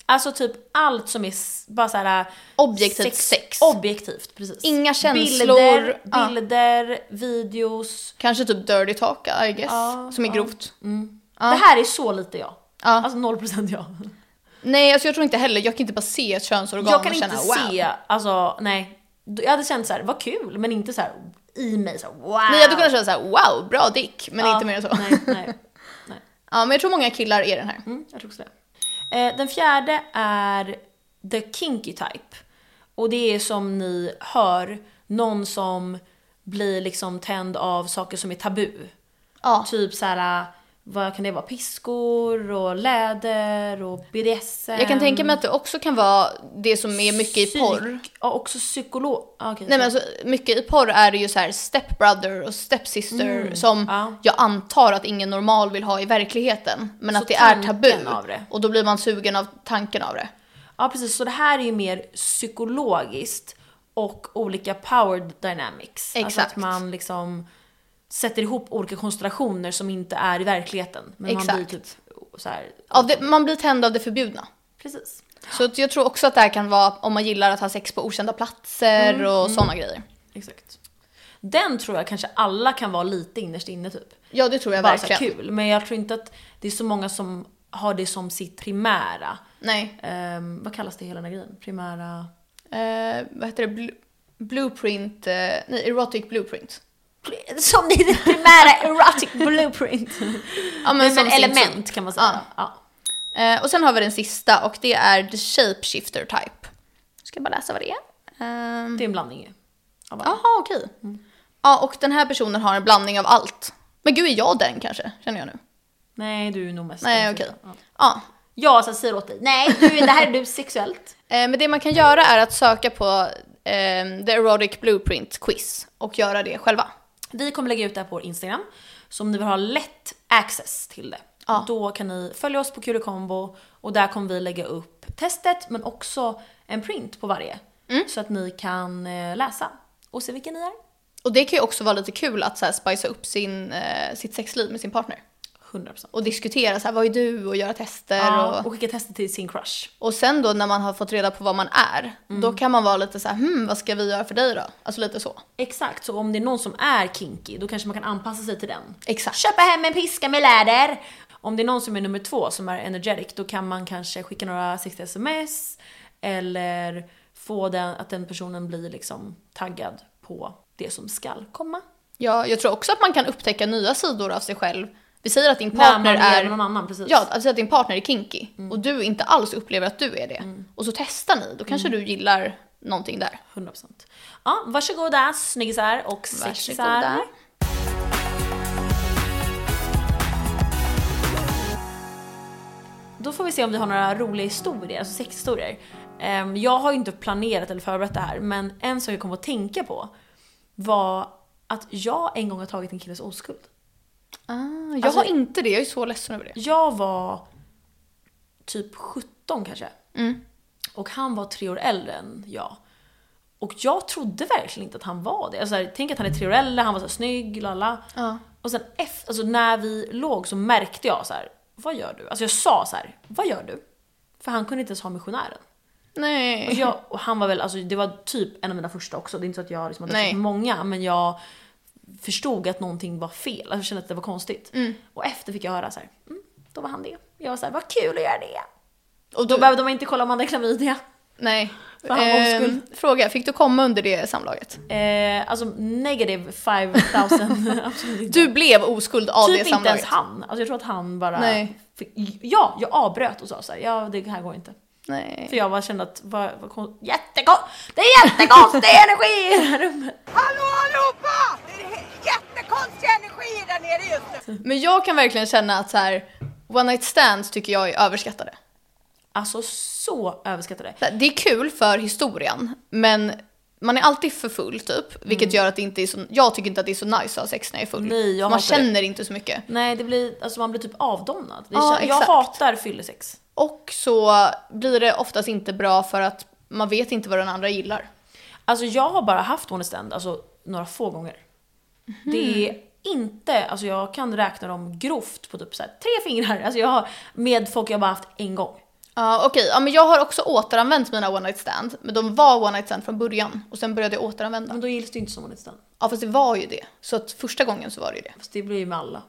Speaker 2: Alltså typ allt som är s- bara såhär...
Speaker 1: Objektivt sex.
Speaker 2: Objektivt, precis.
Speaker 1: Inga känslor.
Speaker 2: Bilder,
Speaker 1: ja.
Speaker 2: bilder videos.
Speaker 1: Kanske typ dirty talk I guess.
Speaker 2: Ja,
Speaker 1: som är
Speaker 2: ja.
Speaker 1: grovt.
Speaker 2: Det här är så lite jag.
Speaker 1: Ja.
Speaker 2: Alltså 0% jag.
Speaker 1: Nej alltså jag tror inte heller, jag kan inte bara se ett könsorgan
Speaker 2: Jag kan
Speaker 1: och
Speaker 2: inte
Speaker 1: känna wow.
Speaker 2: se, alltså nej. Jag hade känt så här, vad kul, men inte så här i mig så här, wow.
Speaker 1: Nej jag hade kunnat känna såhär wow, bra dick, men inte mer än så.
Speaker 2: Nej, nej, nej.
Speaker 1: Ja men jag tror många killar är den här.
Speaker 2: Mm, jag tror också det. Eh, den fjärde är the kinky type. Och det är som ni hör, någon som blir liksom tänd av saker som är tabu.
Speaker 1: Ja.
Speaker 2: Typ så här, vad kan det vara? Piskor och läder och BDSM.
Speaker 1: Jag kan tänka
Speaker 2: Ehm.
Speaker 1: mig att det också kan vara det som är mycket i porr.
Speaker 2: Psyk, ja, också psykolog. Ah, okay,
Speaker 1: Nej men alltså mycket i porr är det ju så här stepbrother och stepsister som
Speaker 2: Mm, ja.
Speaker 1: jag antar att ingen normal vill ha i verkligheten. Men
Speaker 2: Så
Speaker 1: att det är
Speaker 2: tanken
Speaker 1: tabu
Speaker 2: av det.
Speaker 1: och då blir man sugen av tanken av det.
Speaker 2: Ja precis, så det här är ju mer psykologiskt och olika power dynamics. Alltså att
Speaker 1: Exakt.
Speaker 2: man liksom sätter ihop olika konstellationer som inte är i verkligheten. Men man
Speaker 1: Exakt.
Speaker 2: blir typ så här,
Speaker 1: Av det. Man blir tänd av det förbjudna.
Speaker 2: precis.
Speaker 1: Så att jag tror också att det här kan vara om man gillar att ha sex på okända platser
Speaker 2: Mm,
Speaker 1: och sådana grejer.
Speaker 2: Exakt. Den tror jag kanske alla kan vara lite innerst inne typ.
Speaker 1: Ja det tror jag
Speaker 2: Bara så här
Speaker 1: verkligen.
Speaker 2: kul. Men jag tror inte att det är så många som har det som sitt primära.
Speaker 1: Nej.
Speaker 2: ehm, vad kallas det hela den här grejen? Primära...
Speaker 1: Eh, vad heter det? Blu- blueprint? Eh, nej, erotic blueprint.
Speaker 2: Som ditt primära erotic blueprint.
Speaker 1: Ja,
Speaker 2: Men,
Speaker 1: som sin
Speaker 2: element kan man säga. Ja.
Speaker 1: Eh, och sen har vi den sista och det är the shapeshifter type. Ska jag bara läsa vad det är. Ehm,
Speaker 2: Det är en blandning ju. av allt.
Speaker 1: Jaha, okej. Ja, och den här personen har en blandning av allt. Men gud, är jag den kanske? Känner jag nu.
Speaker 2: Nej, du är nog mest
Speaker 1: Nej,
Speaker 2: den
Speaker 1: okej.
Speaker 2: sidan. Ja.
Speaker 1: Ja,
Speaker 2: Jag som säger åt dig, nej du, det här är du sexuellt.
Speaker 1: Eh, men det man kan göra är att söka på ehm, The Erotic Blueprint Quiz och göra det själva.
Speaker 2: Vi kommer lägga ut det här på vår Instagram. Så om ni vill ha lätt access till det,
Speaker 1: Ja.
Speaker 2: då kan ni följa oss på Kulekombo och där kommer vi lägga upp testet men också en print på varje. Så att ni kan eh, läsa och se vilka ni är.
Speaker 1: Och det kan ju också vara lite kul att så här, spicea upp sin, eh, sitt sexliv med sin partner.
Speaker 2: 100%.
Speaker 1: Och diskutera så här, vad är du och göra tester.
Speaker 2: Ja,
Speaker 1: Och,
Speaker 2: och skicka testet till sin crush.
Speaker 1: och sen då när man har fått reda på vad man är,
Speaker 2: Mm.
Speaker 1: då kan man vara lite så här, hmm, vad ska vi göra för dig då? Alltså lite så.
Speaker 2: Exakt, så om det är någon som är kinky då kanske man kan anpassa sig till den.
Speaker 1: Exakt.
Speaker 2: Köpa hem en piska med läder! Om det är någon som är nummer två som är energetic då kan man kanske skicka några sexiga sms eller få den, att den personen blir liksom taggad på det som skall komma.
Speaker 1: Ja, jag tror också att man kan upptäcka nya sidor av sig själv. Vi säger att din
Speaker 2: När
Speaker 1: partner
Speaker 2: man Mm. är med
Speaker 1: är...
Speaker 2: någon annan precis.
Speaker 1: Ja, alltså att din partner är kinky och du inte alls upplever att du är det.
Speaker 2: Mm.
Speaker 1: Och så testar ni, då kanske du gillar någonting där.
Speaker 2: 100%. Ja, varsågoda snyggisar och sexisar.
Speaker 1: Varsågoda.
Speaker 2: Då får vi se om vi har några roliga historier, alltså sexhistorier. Ehm, jag har ju inte planerat eller förberett det här, men en sak jag kom att tänka på var att jag en gång har tagit en killes oskuld.
Speaker 1: Ah, jag
Speaker 2: Alltså-
Speaker 1: har inte det, jag är så ledsen över det.
Speaker 2: Jag var typ 17 kanske.
Speaker 1: Mm.
Speaker 2: Och han var tre år äldre än jag. Och jag trodde verkligen inte att han var det. Alltså, så här, tänk att han är tre år äldre, han var så här, snygg, lalla.
Speaker 1: Ja.
Speaker 2: Och sen efter, alltså när vi låg så märkte jag så här, vad gör du? Alltså jag sa så här, vad gör du? För han kunde inte ens ha missionären. Och,
Speaker 1: Nej.
Speaker 2: jag, och han var väl, alltså det var typ en av mina första också. Det är inte så att jag liksom har
Speaker 1: Nej.
Speaker 2: dejtat många, men jag förstod att någonting var fel. Alltså jag kände att det var konstigt.
Speaker 1: Mm.
Speaker 2: Och efter fick jag höra så här, mm, då var han det. Jag var så här, vad kul att göra det.
Speaker 1: Mm. Och
Speaker 2: Då
Speaker 1: då,
Speaker 2: behövde man inte kolla om han hade klamydia.
Speaker 1: nej.
Speaker 2: Fan, vad
Speaker 1: Ehm,
Speaker 2: oskuld.
Speaker 1: fråga, fick du komma under det samlaget?
Speaker 2: Eh, alltså negative 5000, absolut inte.
Speaker 1: Du blev oskuld av
Speaker 2: typ
Speaker 1: det
Speaker 2: inte ens
Speaker 1: samlaget?
Speaker 2: han. Alltså jag tror att han bara...
Speaker 1: Nej.
Speaker 2: Fick, ja, jag avbröt och sa såhär, ja det här går inte. För
Speaker 1: Nej.
Speaker 2: jag bara kände att, vad, vad kon... Jättekon... det är jättekonstig energi i det här rummet.
Speaker 3: Hallå allihopa! Det är jättekonstig energi där nere just nu.
Speaker 1: Men jag kan verkligen känna att så här, one night stands tycker jag är överskattade.
Speaker 2: Alltså så överskattade.
Speaker 1: Så här, Det är kul för historien, men man är alltid för full typ. Vilket gör att det inte är så, jag tycker inte att det är så nice att ha sex när jag är full.
Speaker 2: Mm. Nej, jag
Speaker 1: man
Speaker 2: hatar det.
Speaker 1: känner inte så mycket.
Speaker 2: Nej, det blir, alltså man blir typ avdomnad. Det
Speaker 1: Ja,
Speaker 2: kän- jag
Speaker 1: exakt.
Speaker 2: hatar fyllesex.
Speaker 1: Och så blir det oftast inte bra för att man vet inte vad den andra gillar.
Speaker 2: Alltså jag har bara haft one stand, alltså några få gånger.
Speaker 1: Mhm.
Speaker 2: Det är inte, alltså jag kan räkna dem grovt på typ så här, tre fingrar. Alltså jag har, med folk jag bara haft en gång.
Speaker 1: Ja Okej, ja, men jag har också återanvänt mina one night stand. Men de var one night stand från början och sen började jag återanvända.
Speaker 2: Men då gills det ju inte som one stand.
Speaker 1: Ja fast det var ju det. Så att första gången så var det ju det.
Speaker 2: Fast det blir ju med alla.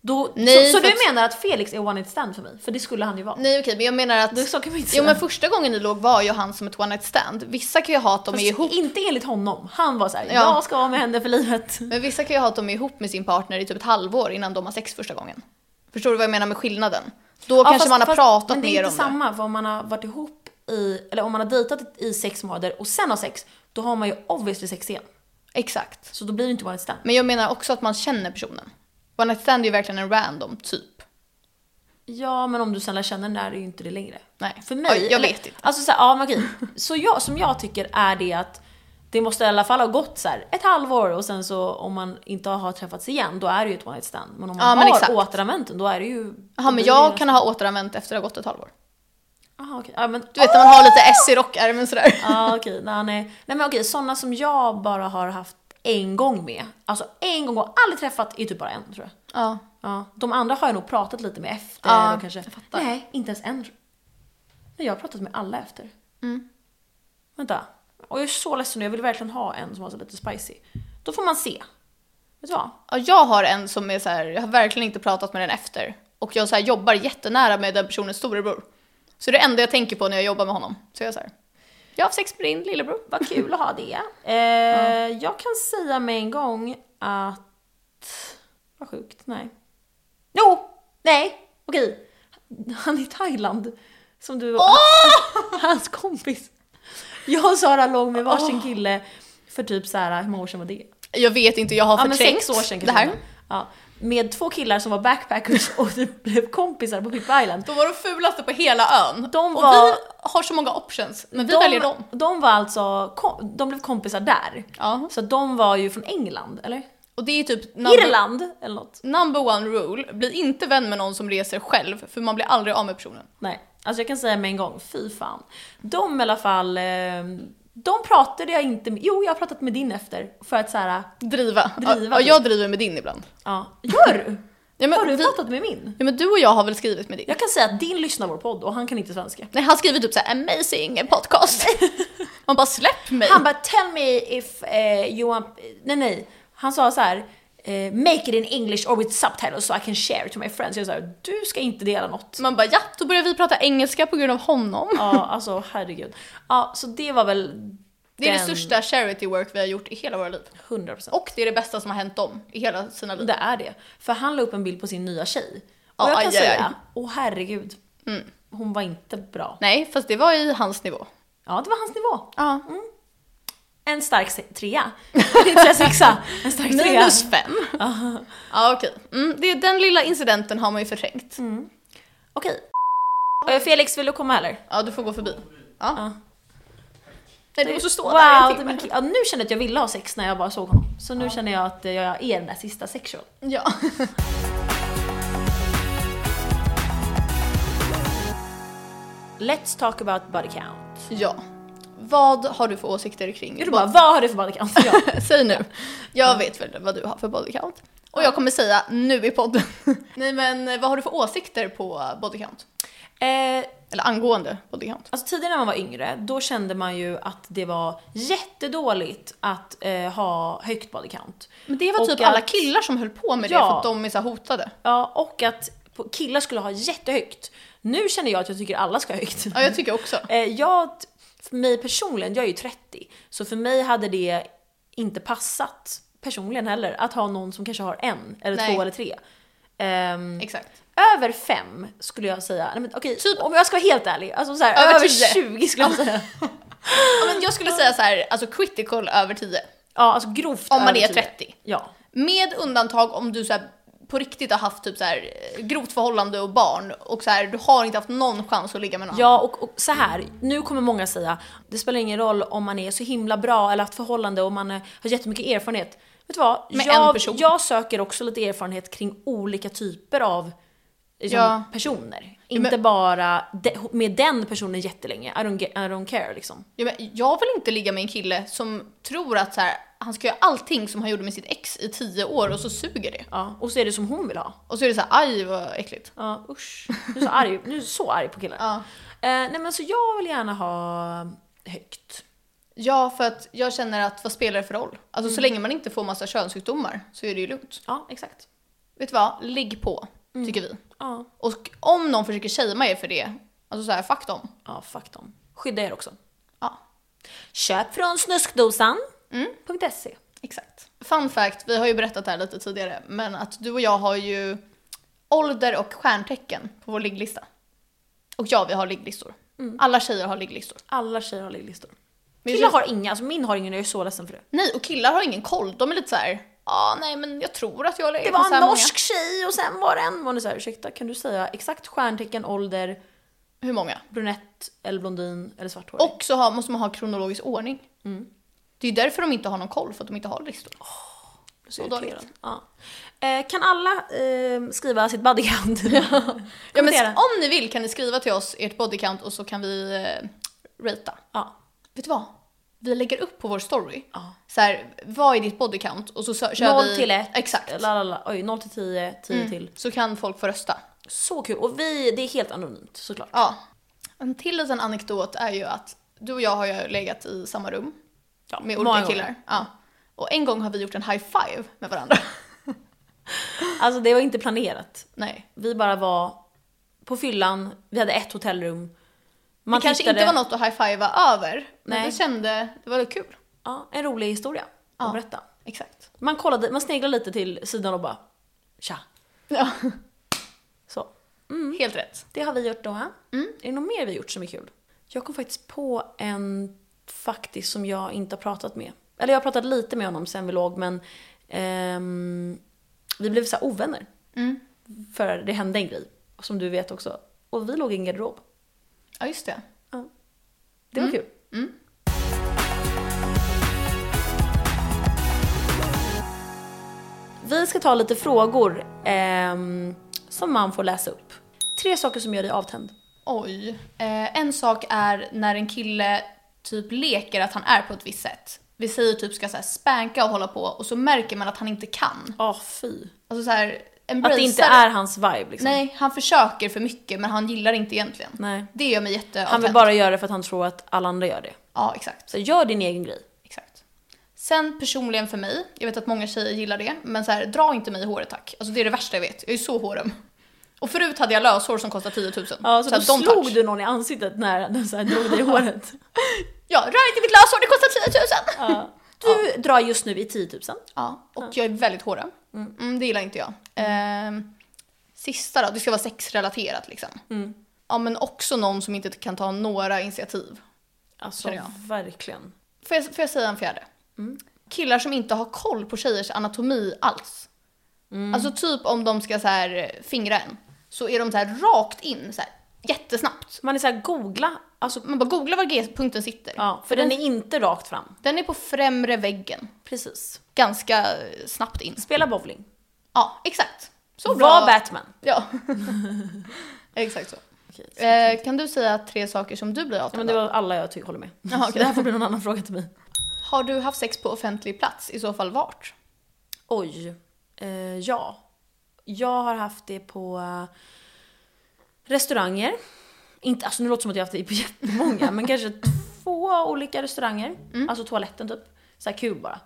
Speaker 2: Då,
Speaker 1: Nej,
Speaker 2: så så
Speaker 1: för
Speaker 2: du
Speaker 1: att-
Speaker 2: menar att Felix är one night stand för mig? För det skulle han ju vara.
Speaker 1: Nej okej men jag menar att...
Speaker 2: Det så kan man inte
Speaker 1: Jo
Speaker 2: säga.
Speaker 1: men första gången ni låg var ju han som ett one night stand. Vissa kan ju ha att de är
Speaker 2: Fast
Speaker 1: ihop.
Speaker 2: Inte enligt honom. Han var såhär,
Speaker 1: Ja.
Speaker 2: jag ska vara med henne för livet.
Speaker 1: Men vissa kan ju ha att de är ihop med sin partner i typ ett halvår innan de har sex första gången. Förstår du vad jag menar med skillnaden? Då kanske man har pratat
Speaker 2: men det. är
Speaker 1: mer
Speaker 2: inte
Speaker 1: om det.
Speaker 2: samma, för om man har varit ihop i, eller om man har dejtat i sex månader och sen har sex, då har man ju obviously sex igen.
Speaker 1: Exakt.
Speaker 2: Så då blir det inte one night stand.
Speaker 1: Men jag menar också att man känner personen. One night stand är ju verkligen en random typ.
Speaker 2: Ja, men om du sen lär känna den där är ju inte det längre.
Speaker 1: Nej.
Speaker 2: För mig...
Speaker 1: Oj, jag
Speaker 2: eller-
Speaker 1: vet inte.
Speaker 2: Alltså så här, ja men okej. Så jag, som jag tycker är det att det måste i alla fall ha gått så här, ett halvår och sen så om man inte har träffats igen då är det ju ett one night stand. Men om man
Speaker 1: Ja, men
Speaker 2: har
Speaker 1: exakt.
Speaker 2: återanvänt den, då är det ju...
Speaker 1: Jaha men jag kan ha återanvänt efter att ha gått ett halvår.
Speaker 2: Aha, okej. Ja, men,
Speaker 1: Du vet när man har lite S i rockärmen sådär.
Speaker 2: Ja okej, nej, nej. nej men okej sådana som jag bara har haft en gång med. Alltså en gång och aldrig träffat är typ bara en tror jag.
Speaker 1: Ja.
Speaker 2: Ja, de andra har jag nog pratat lite med efter.
Speaker 1: Ja,
Speaker 2: och kanske.
Speaker 1: jag fattar.
Speaker 2: Nej, inte ens en. Nej, jag har pratat med alla efter.
Speaker 1: Mm.
Speaker 2: Vänta. Och jag är så ledsen nu, jag vill verkligen ha en som var så lite spicy. Då får man se. Vet du vad?
Speaker 1: Ja, jag har en som är så här, jag har verkligen inte pratat med den efter. Och jag så här jobbar jättenära med den personens storebror. Så det är det enda jag tänker på när jag jobbar med honom. Så jag är så här, jag har haft sex med din lillebror.
Speaker 2: Vad kul att ha det. Eh, Jag kan säga med en gång att... Vad sjukt, nej. Jo! Nej! Okej. Han i Thailand. Som du... Hans kompis. Jag och Sara låg med varsin kille för typ så här, hur många år sedan var det?
Speaker 1: Jag vet inte, jag har
Speaker 2: Ja men
Speaker 1: förträngt
Speaker 2: sex år sedan
Speaker 1: det här.
Speaker 2: Ja. med två killar som var backpackers och typ blev kompisar på Pippa Island.
Speaker 1: De var de fulaste på hela ön.
Speaker 2: De
Speaker 1: och
Speaker 2: var-
Speaker 1: vi har så många options, men vi väljer dem.
Speaker 2: De var alltså, kom- de blev kompisar där.
Speaker 1: Ja.
Speaker 2: Så de var ju från England, eller?
Speaker 1: Och det är typ number,
Speaker 2: Irland eller något.
Speaker 1: number one rule, bli inte vän med någon som reser själv för man blir aldrig av med personen.
Speaker 2: Nej, alltså jag kan säga med en gång, fy fan. De i alla fall, eh, de pratade jag inte med, jo jag har pratat med din efter för att såhär,
Speaker 1: Driva. ja,
Speaker 2: Driva,
Speaker 1: jag driver med din ibland.
Speaker 2: ja, gör du?
Speaker 1: Ja, men
Speaker 2: Har du
Speaker 1: vi-
Speaker 2: pratat med min?
Speaker 1: Ja men du och jag har väl skrivit med din?
Speaker 2: Jag kan säga att din lyssnar vår podd och han kan inte svenska.
Speaker 1: Nej han skriver typ såhär amazing podcast. Man bara släpp mig.
Speaker 2: Han bara tell me if eh, you want, nej nej, han sa så här. eh, make it in English or with subtitles so I can share to my friends. Jag sa du ska inte dela något.
Speaker 1: Man bara ja, då börjar vi prata engelska på grund av honom.
Speaker 2: Ja, alltså herregud. Ja, så det var väl
Speaker 1: Det är det
Speaker 2: den-
Speaker 1: största charity work vi har gjort i hela våra liv.
Speaker 2: 100%.
Speaker 1: Och det är det bästa som har hänt dem i hela sina liv.
Speaker 2: Det är det. För han la upp en bild på sin nya tjej.
Speaker 1: Ja,
Speaker 2: Och jag kan
Speaker 1: aj, aj,
Speaker 2: säga,
Speaker 1: aj. Mm.
Speaker 2: åh herregud. Hon var inte bra.
Speaker 1: Nej, fast det var i hans nivå.
Speaker 2: Ja, det var hans nivå.
Speaker 1: Ja.
Speaker 2: Mm. En stark se- trea. Inte en sexa. En stark trea.
Speaker 1: Minus fem. ja, okej. Mm, det är den lilla incidenten har man ju förträngt.
Speaker 2: Mm. Okej. Eh, Felix, vill du komma eller?
Speaker 1: Ja, du får gå förbi. Ja.
Speaker 2: Ja.
Speaker 1: Nej, du måste stå
Speaker 2: wow,
Speaker 1: där i en
Speaker 2: det är
Speaker 1: timme.
Speaker 2: mycket- ja, nu kände jag att jag ville ha sex när jag bara såg honom. Så nu känner jag att eh, jag är den där sista sexual.
Speaker 1: Ja.
Speaker 2: Let's talk about body count.
Speaker 1: ja. Vad har du för åsikter kring
Speaker 2: Du bara, vad har du för body count? Ja.
Speaker 1: Säg nu. Jag vet väl vad du har för bodycount. Och jag kommer säga nu i podden. Nej men eh, vad har du för åsikter på bodycount?
Speaker 2: eh,
Speaker 1: Eller angående bodycount?
Speaker 2: Alltså tidigare när man var yngre, då kände man ju att det var jättedåligt att eh, ha högt body count.
Speaker 1: Men det var
Speaker 2: Och
Speaker 1: typ
Speaker 2: att-
Speaker 1: alla killar som höll på med det
Speaker 2: Ja.
Speaker 1: för att de är så här hotade.
Speaker 2: Ja, och att på- killar skulle ha jättehögt. Nu känner jag att jag tycker alla ska ha högt.
Speaker 1: Ja, jag tycker också.
Speaker 2: Eh, jag, för mig personligen, jag är ju 30, så för mig hade det inte passat personligen heller att ha någon som kanske har en, eller
Speaker 1: Nej.
Speaker 2: två eller tre. Ehm,
Speaker 1: Exakt.
Speaker 2: över fem skulle jag säga, nej men okej,
Speaker 1: Typ-
Speaker 2: om jag ska vara helt ärlig, alltså så här,
Speaker 1: Över
Speaker 2: över,
Speaker 1: tio.
Speaker 2: 20 skulle jag säga.
Speaker 1: Ja, men jag skulle säga så här, alltså critical över 10.
Speaker 2: Ja, alltså grovt
Speaker 1: Om man
Speaker 2: över
Speaker 1: är
Speaker 2: 10.
Speaker 1: 30.
Speaker 2: Ja,
Speaker 1: Med undantag om du så här, på riktigt har haft typ så här, eh, grovt förhållande och barn och så här, du har inte haft någon chans att ligga med någon.
Speaker 2: Ja, och, och så här, nu kommer många säga, det spelar ingen roll om man är så himla bra eller har ett förhållande och man eh, har jättemycket erfarenhet. Vet du vad?
Speaker 1: Med en
Speaker 2: jag,
Speaker 1: person.
Speaker 2: jag söker också lite erfarenhet kring olika typer av liksom,
Speaker 1: Ja.
Speaker 2: personer.
Speaker 1: men-
Speaker 2: Inte bara de, med den personen jättelänge, I don't, get, I don't care liksom.
Speaker 1: Ja, men jag vill inte ligga med en kille som tror att så här, han ska göra allting som han gjorde med sitt ex i 10 år och så suger det.
Speaker 2: Ja, och så är det som hon vill ha.
Speaker 1: Och så är det så här, aj vad äckligt.
Speaker 2: Ja, usch. Nu är jag så arg, nu är jag så arg på killar.
Speaker 1: Ja.
Speaker 2: Eh, nej men så jag vill gärna ha högt.
Speaker 1: Ja, för att jag känner att vad spelar det för roll? Alltså så länge man inte får massa könssjukdomar så är det ju lugnt.
Speaker 2: Ja, exakt.
Speaker 1: Vet du vad? Ligg på, tycker vi.
Speaker 2: Ja,
Speaker 1: Och om någon försöker shamea er för det, alltså så här, fuck dem.
Speaker 2: ja fuck dem. Skydda er också.
Speaker 1: Ja,
Speaker 2: Köp från
Speaker 1: Mm.
Speaker 2: snuskdosan.se.
Speaker 1: exakt. Fun fact, vi har ju berättat det här lite tidigare, men att du och jag har ju ålder och stjärntecken på vår ligglista. Och ja, vi har ligglistor. Alla tjejer har ligglistor.
Speaker 2: Alla tjejer har ligglistor.
Speaker 1: Men
Speaker 2: Killar
Speaker 1: jag-
Speaker 2: har inga, alltså min har ingen, jag är så ledsen för det.
Speaker 1: Nej, och killar har ingen koll. De är lite så här. ja nej men jag tror att jag har legat
Speaker 2: Det
Speaker 1: med
Speaker 2: var
Speaker 1: så här
Speaker 2: en norsk tjej och sen var det en... Man är såhär, ursäkta kan du säga exakt stjärntecken, ålder,
Speaker 1: Många. Hur många?
Speaker 2: brunett eller blondin eller svarthårig?
Speaker 1: Och så har, måste man ha kronologisk ordning. Det är ju därför de inte har någon koll, för att de inte har listor.
Speaker 2: så
Speaker 1: dåligt.
Speaker 2: irriterad. Ja. Eh, kan alla eh, skriva sitt body count?
Speaker 1: Ja, men
Speaker 2: Kommentera.
Speaker 1: s- om ni vill kan ni skriva till oss ert bodycount och så kan vi eh, ratea.
Speaker 2: ja.
Speaker 1: Vet du vad? Vi lägger upp på vår story.
Speaker 2: Ja.
Speaker 1: Så här, vad är ditt bodycount? Och så sö- kör
Speaker 2: 0
Speaker 1: vi...
Speaker 2: till 1.
Speaker 1: Exakt. Mm.
Speaker 2: La, la, la. Oj, 0 till 10, 10 till.
Speaker 1: Så kan folk få rösta.
Speaker 2: Så kul. Och vi, det är helt anonymt såklart.
Speaker 1: Ja. En till liten anekdot är ju att du och jag har ju legat i samma rum.
Speaker 2: Ja,
Speaker 1: Med
Speaker 2: många
Speaker 1: olika
Speaker 2: gånger.
Speaker 1: killar. Ja. Och en gång har vi gjort en high five med varandra.
Speaker 2: Alltså det var inte planerat.
Speaker 1: Nej.
Speaker 2: Vi bara var på fyllan, vi hade ett hotellrum.
Speaker 1: Det
Speaker 2: Man
Speaker 1: kanske
Speaker 2: tittade,
Speaker 1: inte var något att high fivea över. Men
Speaker 2: Nej.
Speaker 1: vi kände, det var kul.
Speaker 2: ja, en rolig historia
Speaker 1: Ja.
Speaker 2: att berätta.
Speaker 1: Exakt.
Speaker 2: Man, kollade, man sneglade lite till sidan och bara tja.
Speaker 1: Ja.
Speaker 2: Så.
Speaker 1: Helt rätt.
Speaker 2: Det har vi gjort då. ha?
Speaker 1: Mm.
Speaker 2: Är det något mer vi har gjort som är kul? Jag kom faktiskt på en faktiskt som jag inte har pratat med. Eller jag har pratat lite med honom sen vi låg men ehm, vi blev så här ovänner.
Speaker 1: Mm.
Speaker 2: För det hände en grej, som du vet också. Och vi låg i en garderob.
Speaker 1: Ja, just det.
Speaker 2: Det var kul.
Speaker 1: Mm.
Speaker 2: Vi ska ta lite frågor ehm, som man får läsa upp. Tre saker som gör dig avtänd.
Speaker 1: Oj. Eh, en sak är när en kille typ leker att han är på ett visst sätt. Vi säger typ ska så här spänka och hålla på och så märker man att han inte kan.
Speaker 2: Ja, fy.
Speaker 1: Alltså så här,
Speaker 2: Att det inte är hans vibe liksom.
Speaker 1: Nej, han försöker för mycket men han gillar inte egentligen.
Speaker 2: Nej.
Speaker 1: Det gör mig jätteavtänd.
Speaker 2: Han vill bara göra det för att han tror att alla andra gör det.
Speaker 1: Ja, exakt.
Speaker 2: Så gör din egen grej.
Speaker 1: Exakt. Sen personligen för mig, jag vet att många tjejer gillar det, men så här, dra inte mig i håret tack. Alltså det är det värsta jag vet, jag är så håröm. Och förut hade jag löshår som kostade 10 000.
Speaker 2: Ja,
Speaker 1: här,
Speaker 2: så, då
Speaker 1: don't
Speaker 2: slog
Speaker 1: touch.
Speaker 2: du någon i ansiktet när den så här drog dig i håret.
Speaker 1: Ja, rör inte mitt löshår, det kostar 10 000!
Speaker 2: Ja. Du drar just nu i 10 000.
Speaker 1: Ja, och jag är väldigt håröm. Mm, det gillar inte jag. Ehm, sista då, det ska vara sexrelaterat liksom. Ja, men också någon som inte kan ta några initiativ.
Speaker 2: Alltså
Speaker 1: Känner jag.
Speaker 2: verkligen.
Speaker 1: Får jag, får jag säga en fjärde? Killar som inte har koll på tjejers anatomi alls. Alltså typ om de ska så här eh, fingra en, så är de så här rakt in så här, jättesnabbt.
Speaker 2: Man är såhär googla, alltså,
Speaker 1: Man bara googlar var G-punkten sitter.
Speaker 2: ja, för den är inte rakt fram.
Speaker 1: Den är på främre väggen,
Speaker 2: Precis.
Speaker 1: ganska eh, snabbt in.
Speaker 2: Spela bowling.
Speaker 1: Ja, exakt. Så bra.
Speaker 2: Var Batman.
Speaker 1: Ja. exakt så.
Speaker 2: Okej, så-
Speaker 1: Eh, kan du säga tre saker som du blir
Speaker 2: Ja, men
Speaker 1: avtänd
Speaker 2: det
Speaker 1: av?
Speaker 2: var alla jag ty- håller med.
Speaker 1: Jaha,
Speaker 2: Så
Speaker 1: okej.
Speaker 2: det här får bli någon annan fråga till mig.
Speaker 1: Har du haft sex på offentlig plats? I så fall vart?
Speaker 2: Oj. Eh, ja. Jag har haft det på eh, restauranger. Inte, alltså nu låter det som att jag har haft det på jättemånga, men kanske två olika restauranger. Alltså toaletten typ. Så här kul bara.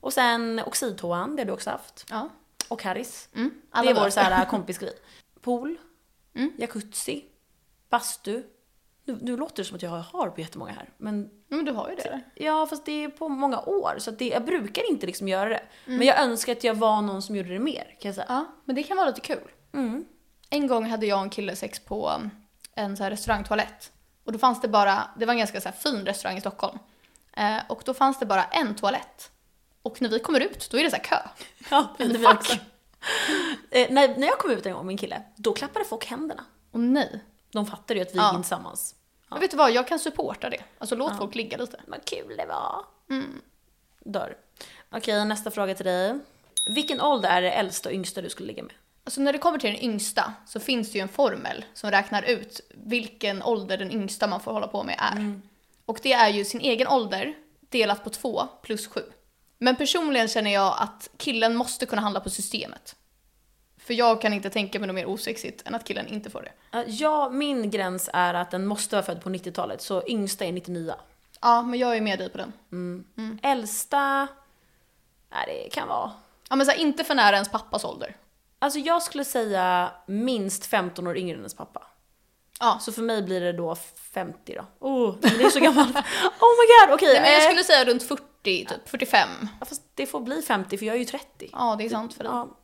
Speaker 2: Och sen Oxidtoan, det har du också haft.
Speaker 1: Ja.
Speaker 2: Och Harris.
Speaker 1: Mm.
Speaker 2: det är
Speaker 1: dagar.
Speaker 2: vår så här kompisgrej. Pool,
Speaker 1: Mm.
Speaker 2: jacuzzi, bastu. Nu, nu låter det som att jag har på jättemånga här, men
Speaker 1: Ja, Men du har ju det. eller?
Speaker 2: Ja fast det är på många år så att det, jag brukar inte liksom göra det. Men jag önskar att jag var någon som gjorde det mer kan jag säga.
Speaker 1: Ja, men det kan vara lite kul.
Speaker 2: Mm.
Speaker 1: En gång hade jag och en kille sex på um, en så här restaurangtoalett. Och då fanns det bara, det var en ganska så här fin restaurang i Stockholm. Eh, och då fanns det bara en toalett. Och när vi kommer ut, då är det så här kö.
Speaker 2: Ja, men det
Speaker 1: Fuck.
Speaker 2: också. Eh, när, när jag kom ut en gång min kille, då klappade folk händerna.
Speaker 1: Och nej.
Speaker 2: De fattade ju att vi
Speaker 1: Ja.
Speaker 2: gick in tillsammans.
Speaker 1: Men vet du vad, jag kan supporta det. Alltså låt folk ligga lite.
Speaker 2: Vad kul det var. Dör. Okej, nästa fråga till dig. Vilken ålder är det äldsta och yngsta du skulle ligga med?
Speaker 1: Alltså när det kommer till den yngsta så finns det ju en formel som räknar ut vilken ålder den yngsta man får hålla på med är. Och det är ju sin egen ålder delat på två plus sju. Men personligen känner jag att killen måste kunna handla på systemet. För jag kan inte tänka mig något mer osexigt än att killen inte får det.
Speaker 2: Eh, Ja, min gräns är att den måste vara född på 90-talet, så yngsta är 99.
Speaker 1: Ja, men jag är med dig på den.
Speaker 2: Äldsta... Nej, det kan vara
Speaker 1: Ja, men så här, inte för nära ens pappas ålder.
Speaker 2: Alltså jag skulle säga minst 15 år yngre än hennes pappa.
Speaker 1: Ja, så,
Speaker 2: Så för mig blir det då 50 då. Oh, det är så gammal. Oh my god, okej.
Speaker 1: nej, men jag
Speaker 2: eh,
Speaker 1: skulle säga runt 40, typ 45.
Speaker 2: Fast det får bli 50 för jag är ju 30.
Speaker 1: Ja, det är sant för dig.
Speaker 2: Ja.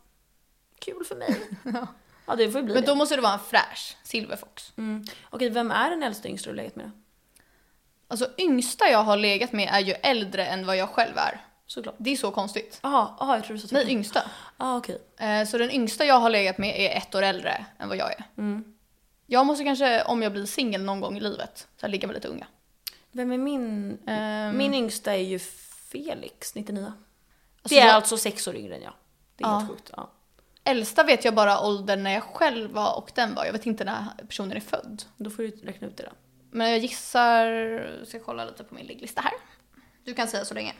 Speaker 2: Kul för mig. ja, det får ju bli
Speaker 1: Men
Speaker 2: det.
Speaker 1: då måste det vara en fräsch silverfox.
Speaker 2: Mm. Okej, vem är den äldsta och yngsta du legat med då?
Speaker 1: Alltså yngsta jag har legat med är ju äldre än vad jag själv är.
Speaker 2: Såklart. Typ.
Speaker 1: Det är så konstigt.
Speaker 2: Jaha, aha, jag tror du sa
Speaker 1: Nej, yngsta.
Speaker 2: ah, okej.
Speaker 1: Eh, Så den yngsta jag har legat med är ett år äldre än vad jag är.
Speaker 2: Mm.
Speaker 1: Jag måste kanske, om jag blir singel någon gång i livet, så här, ligga med lite unga.
Speaker 2: Vem är min?
Speaker 1: Ehm,
Speaker 2: Min yngsta är ju Felix, 99.
Speaker 1: alltså
Speaker 2: Det är
Speaker 1: jag-
Speaker 2: alltså sex år yngre än jag. Det är
Speaker 1: Ja.
Speaker 2: helt sjukt. Ja.
Speaker 1: Äldsta vet jag bara åldern när jag själv var och den var. Jag vet inte när personen är född.
Speaker 2: Då får du räkna ut det då.
Speaker 1: Men jag gissar, ska kolla lite på min ligglista här. Du kan säga så länge.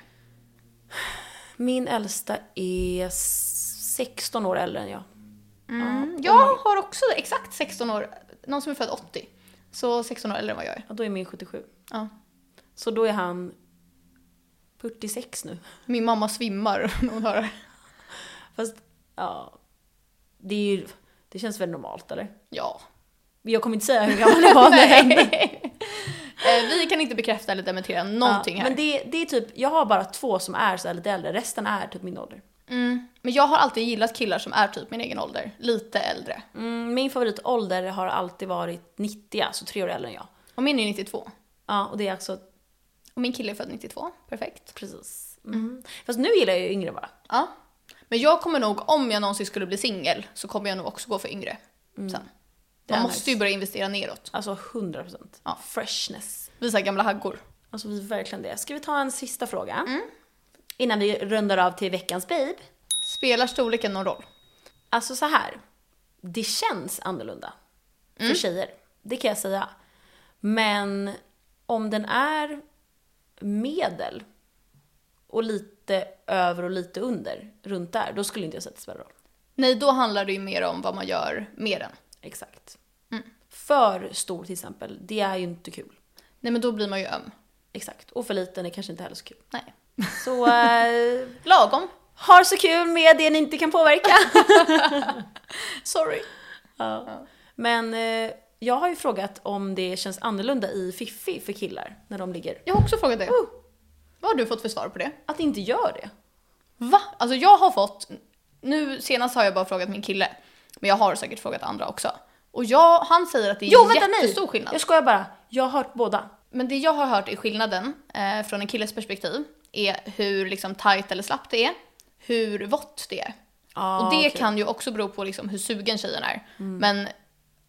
Speaker 2: Min äldsta är 16 år äldre än jag.
Speaker 1: Mm. Jag har också exakt 16 år, någon som är född 80. Så 16 år äldre än vad jag är.
Speaker 2: Ja, då är min 77.
Speaker 1: Ja.
Speaker 2: Så då är han 46 nu.
Speaker 1: Min mamma svimmar när hon hör det.
Speaker 2: Fast, ja. Det, är ju, det känns väl normalt eller?
Speaker 1: Ja.
Speaker 2: Jag kommer inte säga hur gammal jag var när det hände.
Speaker 1: Eh, Vi kan inte bekräfta eller dementera någonting
Speaker 2: ja,
Speaker 1: här.
Speaker 2: Men det, det är typ, jag har bara två som är så här lite äldre, resten är typ min ålder.
Speaker 1: Mm. Men jag har alltid gillat killar som är typ min egen ålder, lite äldre.
Speaker 2: Mm, min favoritålder har alltid varit 90, alltså tre år äldre än jag.
Speaker 1: Och min är 92.
Speaker 2: Ja, och det är alltså
Speaker 1: Och min kille är född 92, perfekt.
Speaker 2: Mm. precis. Mm. Fast nu gillar jag ju yngre bara.
Speaker 1: Ja. Men jag kommer nog, om jag någonsin skulle bli singel, så kommer jag nog också gå för yngre. Sen.
Speaker 2: Mm. Det är
Speaker 1: Man måste
Speaker 2: nice.
Speaker 1: ju börja investera neråt.
Speaker 2: Alltså 100%.
Speaker 1: Ja.
Speaker 2: Freshness.
Speaker 1: Visa gamla haggor.
Speaker 2: Alltså vi är verkligen det. Ska vi ta en sista fråga? Innan vi rundar av till veckans babe.
Speaker 1: Spelar storleken någon roll?
Speaker 2: Alltså så här. Det känns annorlunda för tjejer. Det kan jag säga. Men om den är medel och lite över och lite under, runt där, då skulle inte jag säga att det spelar roll.
Speaker 1: Nej, då handlar det ju mer om vad man gör med den.
Speaker 2: Exakt. För stor till exempel, det är ju inte kul.
Speaker 1: Nej, men då blir man ju öm.
Speaker 2: Exakt. Och för liten är kanske inte heller så kul.
Speaker 1: Nej.
Speaker 2: Så eh,
Speaker 1: Lagom.
Speaker 2: har så kul med det ni inte kan påverka.
Speaker 1: Sorry.
Speaker 2: Ja. Men eh, jag har ju frågat om det känns annorlunda i Fiffi för killar när de ligger.
Speaker 1: Jag har också frågat det.
Speaker 2: Oh.
Speaker 1: Vad har du fått för svar på det?
Speaker 2: Att det inte gör det.
Speaker 1: Va? Alltså jag har fått, nu senast har jag bara frågat min kille, men jag har säkert frågat andra också. Och jag, han säger att det är
Speaker 2: Jo vänta nej!
Speaker 1: jättestor skillnad.
Speaker 2: Jag skojar bara. Jag har hört båda.
Speaker 1: Men det jag har hört är skillnaden eh, från en killes perspektiv är hur liksom tight eller slappt det är, hur vått det är.
Speaker 2: Ah,
Speaker 1: och det
Speaker 2: okej. Mm.
Speaker 1: kan ju också bero på liksom hur sugen tjejen är. Men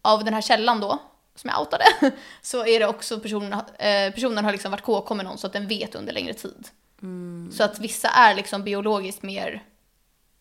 Speaker 1: av den här källan då, som jag outade, så är det också personen, eh, personen har liksom varit KK med någon så att den vet under längre tid.
Speaker 2: Mm.
Speaker 1: Så att vissa är liksom biologiskt mer,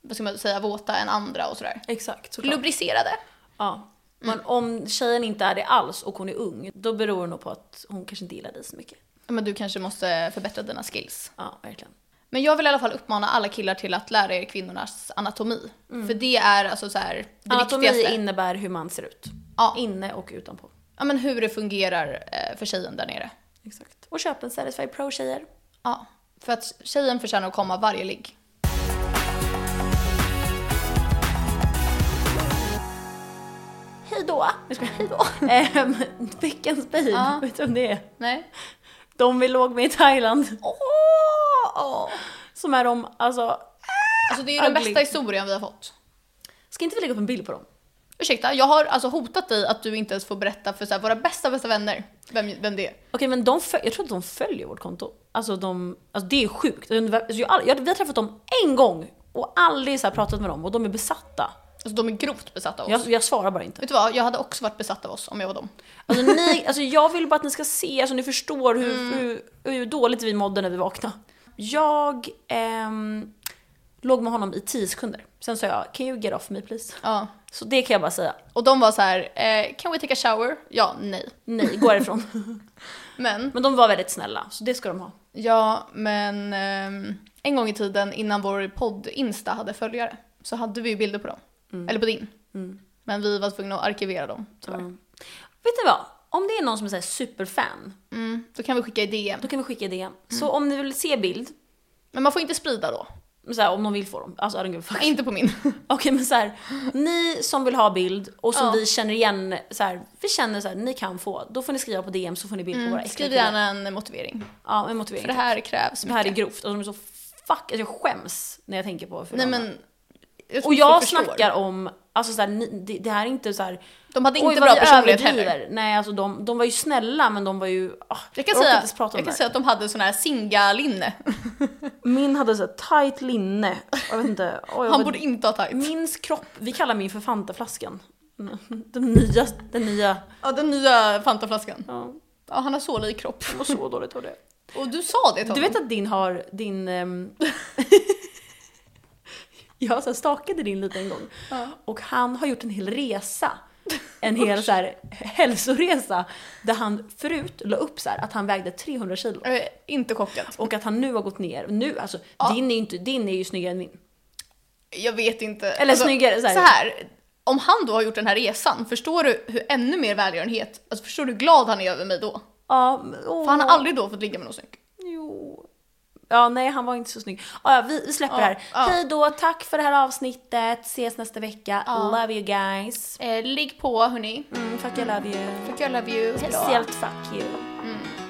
Speaker 1: vad ska man säga, våta än andra och sådär.
Speaker 2: Exakt. Såklart.
Speaker 1: Lubricerade.
Speaker 2: Ja. Men om tjejen inte är det alls och hon är ung, då beror det nog på att hon kanske inte gillar dig så mycket.
Speaker 1: Men du kanske måste förbättra dina skills.
Speaker 2: Ja, verkligen.
Speaker 1: Men jag vill i alla fall uppmana alla killar till att lära er kvinnornas anatomi. För det är alltså så här, det
Speaker 2: Mm. Anatomi
Speaker 1: viktigaste.
Speaker 2: innebär hur man ser ut.
Speaker 1: Ja.
Speaker 2: Inne och utanpå.
Speaker 1: Ja men hur det fungerar eh, för tjejen där nere.
Speaker 2: Exakt. Och köp en Satisfy Pro tjejer.
Speaker 1: Ja. För att tjejen förtjänar att komma varje ligg.
Speaker 2: Hej då! Jag ska hej då! Ehm, Veckans babe,
Speaker 1: Ja.
Speaker 2: vet du om det är?
Speaker 1: Nej?
Speaker 2: De vi låg med i Thailand.
Speaker 1: Åh!
Speaker 2: Som är de, alltså,
Speaker 1: Alltså det är ju den
Speaker 2: Ugly.
Speaker 1: bästa historien vi har fått.
Speaker 2: ska inte vi lägga upp en bild på dem?
Speaker 1: Ursäkta, jag har alltså hotat dig att du inte ens får berätta för så här, våra bästa bästa vänner vem, vem det är.
Speaker 2: Okej men de föl- jag tror att de följer vårt konto. Alltså, de, alltså det är sjukt. Alltså, jag, har aldrig- jag, vi har träffat dem en gång och aldrig så här pratat med dem och de är besatta.
Speaker 1: Alltså de är grovt besatta av oss.
Speaker 2: Jag, jag svarar bara inte.
Speaker 1: Vet du vad, jag hade också varit besatt av oss om jag var dem.
Speaker 2: Alltså, ni, alltså jag vill bara att ni ska se, alltså ni förstår hur, hur, hur dåligt vi mådde när vi vaknade. Jag ehm, låg med honom i 10 sekunder. Sen sa jag “Can you get off me please?”
Speaker 1: Ja.
Speaker 2: Så det kan jag bara säga.
Speaker 1: Och de var så här, eh, can we take a shower? Ja, nej.
Speaker 2: Nej, gå härifrån.
Speaker 1: Men
Speaker 2: Men de var väldigt snälla, så det ska de ha.
Speaker 1: Ja, men ehm, en gång i tiden innan vår podd Insta hade följare så hade vi ju bilder på dem.
Speaker 2: Mm.
Speaker 1: Eller på din. Men vi var tvungna att arkivera dem. tyvärr.
Speaker 2: Vet ni vad? Om det är någon som är så här superfan,
Speaker 1: Mm, då kan vi skicka i DM.
Speaker 2: då kan vi skicka det. Så om ni vill se bild,
Speaker 1: Men man får inte sprida då.
Speaker 2: så här, om någon vill få dem, alltså herregud fuck.
Speaker 1: Inte på min.
Speaker 2: Okej men så här, ni som vill ha bild och som
Speaker 1: Ja.
Speaker 2: vi känner igen, så här, vi känner så här, ni kan få, då får ni skriva på DM så får ni bild på våra äckliga
Speaker 1: Mm, Skriv
Speaker 2: killar.
Speaker 1: gärna en motivering.
Speaker 2: Ja, en
Speaker 1: För
Speaker 2: motivering.
Speaker 1: det här krävs
Speaker 2: det här är
Speaker 1: mycket.
Speaker 2: grovt. Alltså, de är så fuck, alltså, jag skäms när jag tänker på hur
Speaker 1: Nej
Speaker 2: de-
Speaker 1: men... tror
Speaker 2: Och
Speaker 1: att
Speaker 2: jag
Speaker 1: folk förstår.
Speaker 2: snackar om, alltså så här, ni, det, det här är inte så här,
Speaker 1: De hade inte
Speaker 2: oj, vad
Speaker 1: bra
Speaker 2: vi
Speaker 1: personlighet
Speaker 2: överdriver.
Speaker 1: heller.
Speaker 2: Nej alltså de, de var ju snälla men de var ju, ah,
Speaker 1: Jag kan,
Speaker 2: orkar
Speaker 1: säga,
Speaker 2: inte ens prata om
Speaker 1: jag
Speaker 2: det
Speaker 1: kan
Speaker 2: här.
Speaker 1: säga att de hade sån här singalinne.
Speaker 2: Min hade så här tight linne, jag vet inte. Oj, jag
Speaker 1: Han
Speaker 2: vet-
Speaker 1: borde inte ha tagit.
Speaker 2: Mins kropp, vi kallar min för Fantaflaskan. Mm, Den nya, den nya.
Speaker 1: Ja, den nya Fantaflaskan.
Speaker 2: Ja,
Speaker 1: Ja, han har så lik kropp.
Speaker 2: jag mår så dåligt av det.
Speaker 1: Och du sa det till
Speaker 2: Du
Speaker 1: honom.
Speaker 2: vet att din har, din... ehm, jag så här stakade din lite en gång. Och han har gjort en hel resa. En hel så här, hälsoresa. Där han förut la upp så här, att han vägde 300 kilo.
Speaker 1: Jag är inte chockad.
Speaker 2: Och att han nu har gått ner. Nu, alltså,
Speaker 1: Ja.
Speaker 2: din, är ju inte, din är ju snyggare än min.
Speaker 1: Jag vet inte. Alltså,
Speaker 2: Eller snyggare, så
Speaker 1: Så
Speaker 2: här.
Speaker 1: här. om han då har gjort den här resan, förstår du hur ännu mer välgörenhet, alltså förstår du hur glad han är över mig då?
Speaker 2: Ja, men- åh.
Speaker 1: För han har aldrig då fått ligga med någon snygg.
Speaker 2: Jo. Ja, nej han var inte så snygg. Ja, ja, vi, vi släpper det här.
Speaker 1: ja.
Speaker 2: Hej då, tack för det här avsnittet. Ses nästa vecka.
Speaker 1: Ja.
Speaker 2: Love you guys.
Speaker 1: Eh, ligg på hörni.
Speaker 2: Mm, fuck I love you.
Speaker 1: Fuck I love you. Hejdå.
Speaker 2: Speciellt fuck you.
Speaker 1: Mm.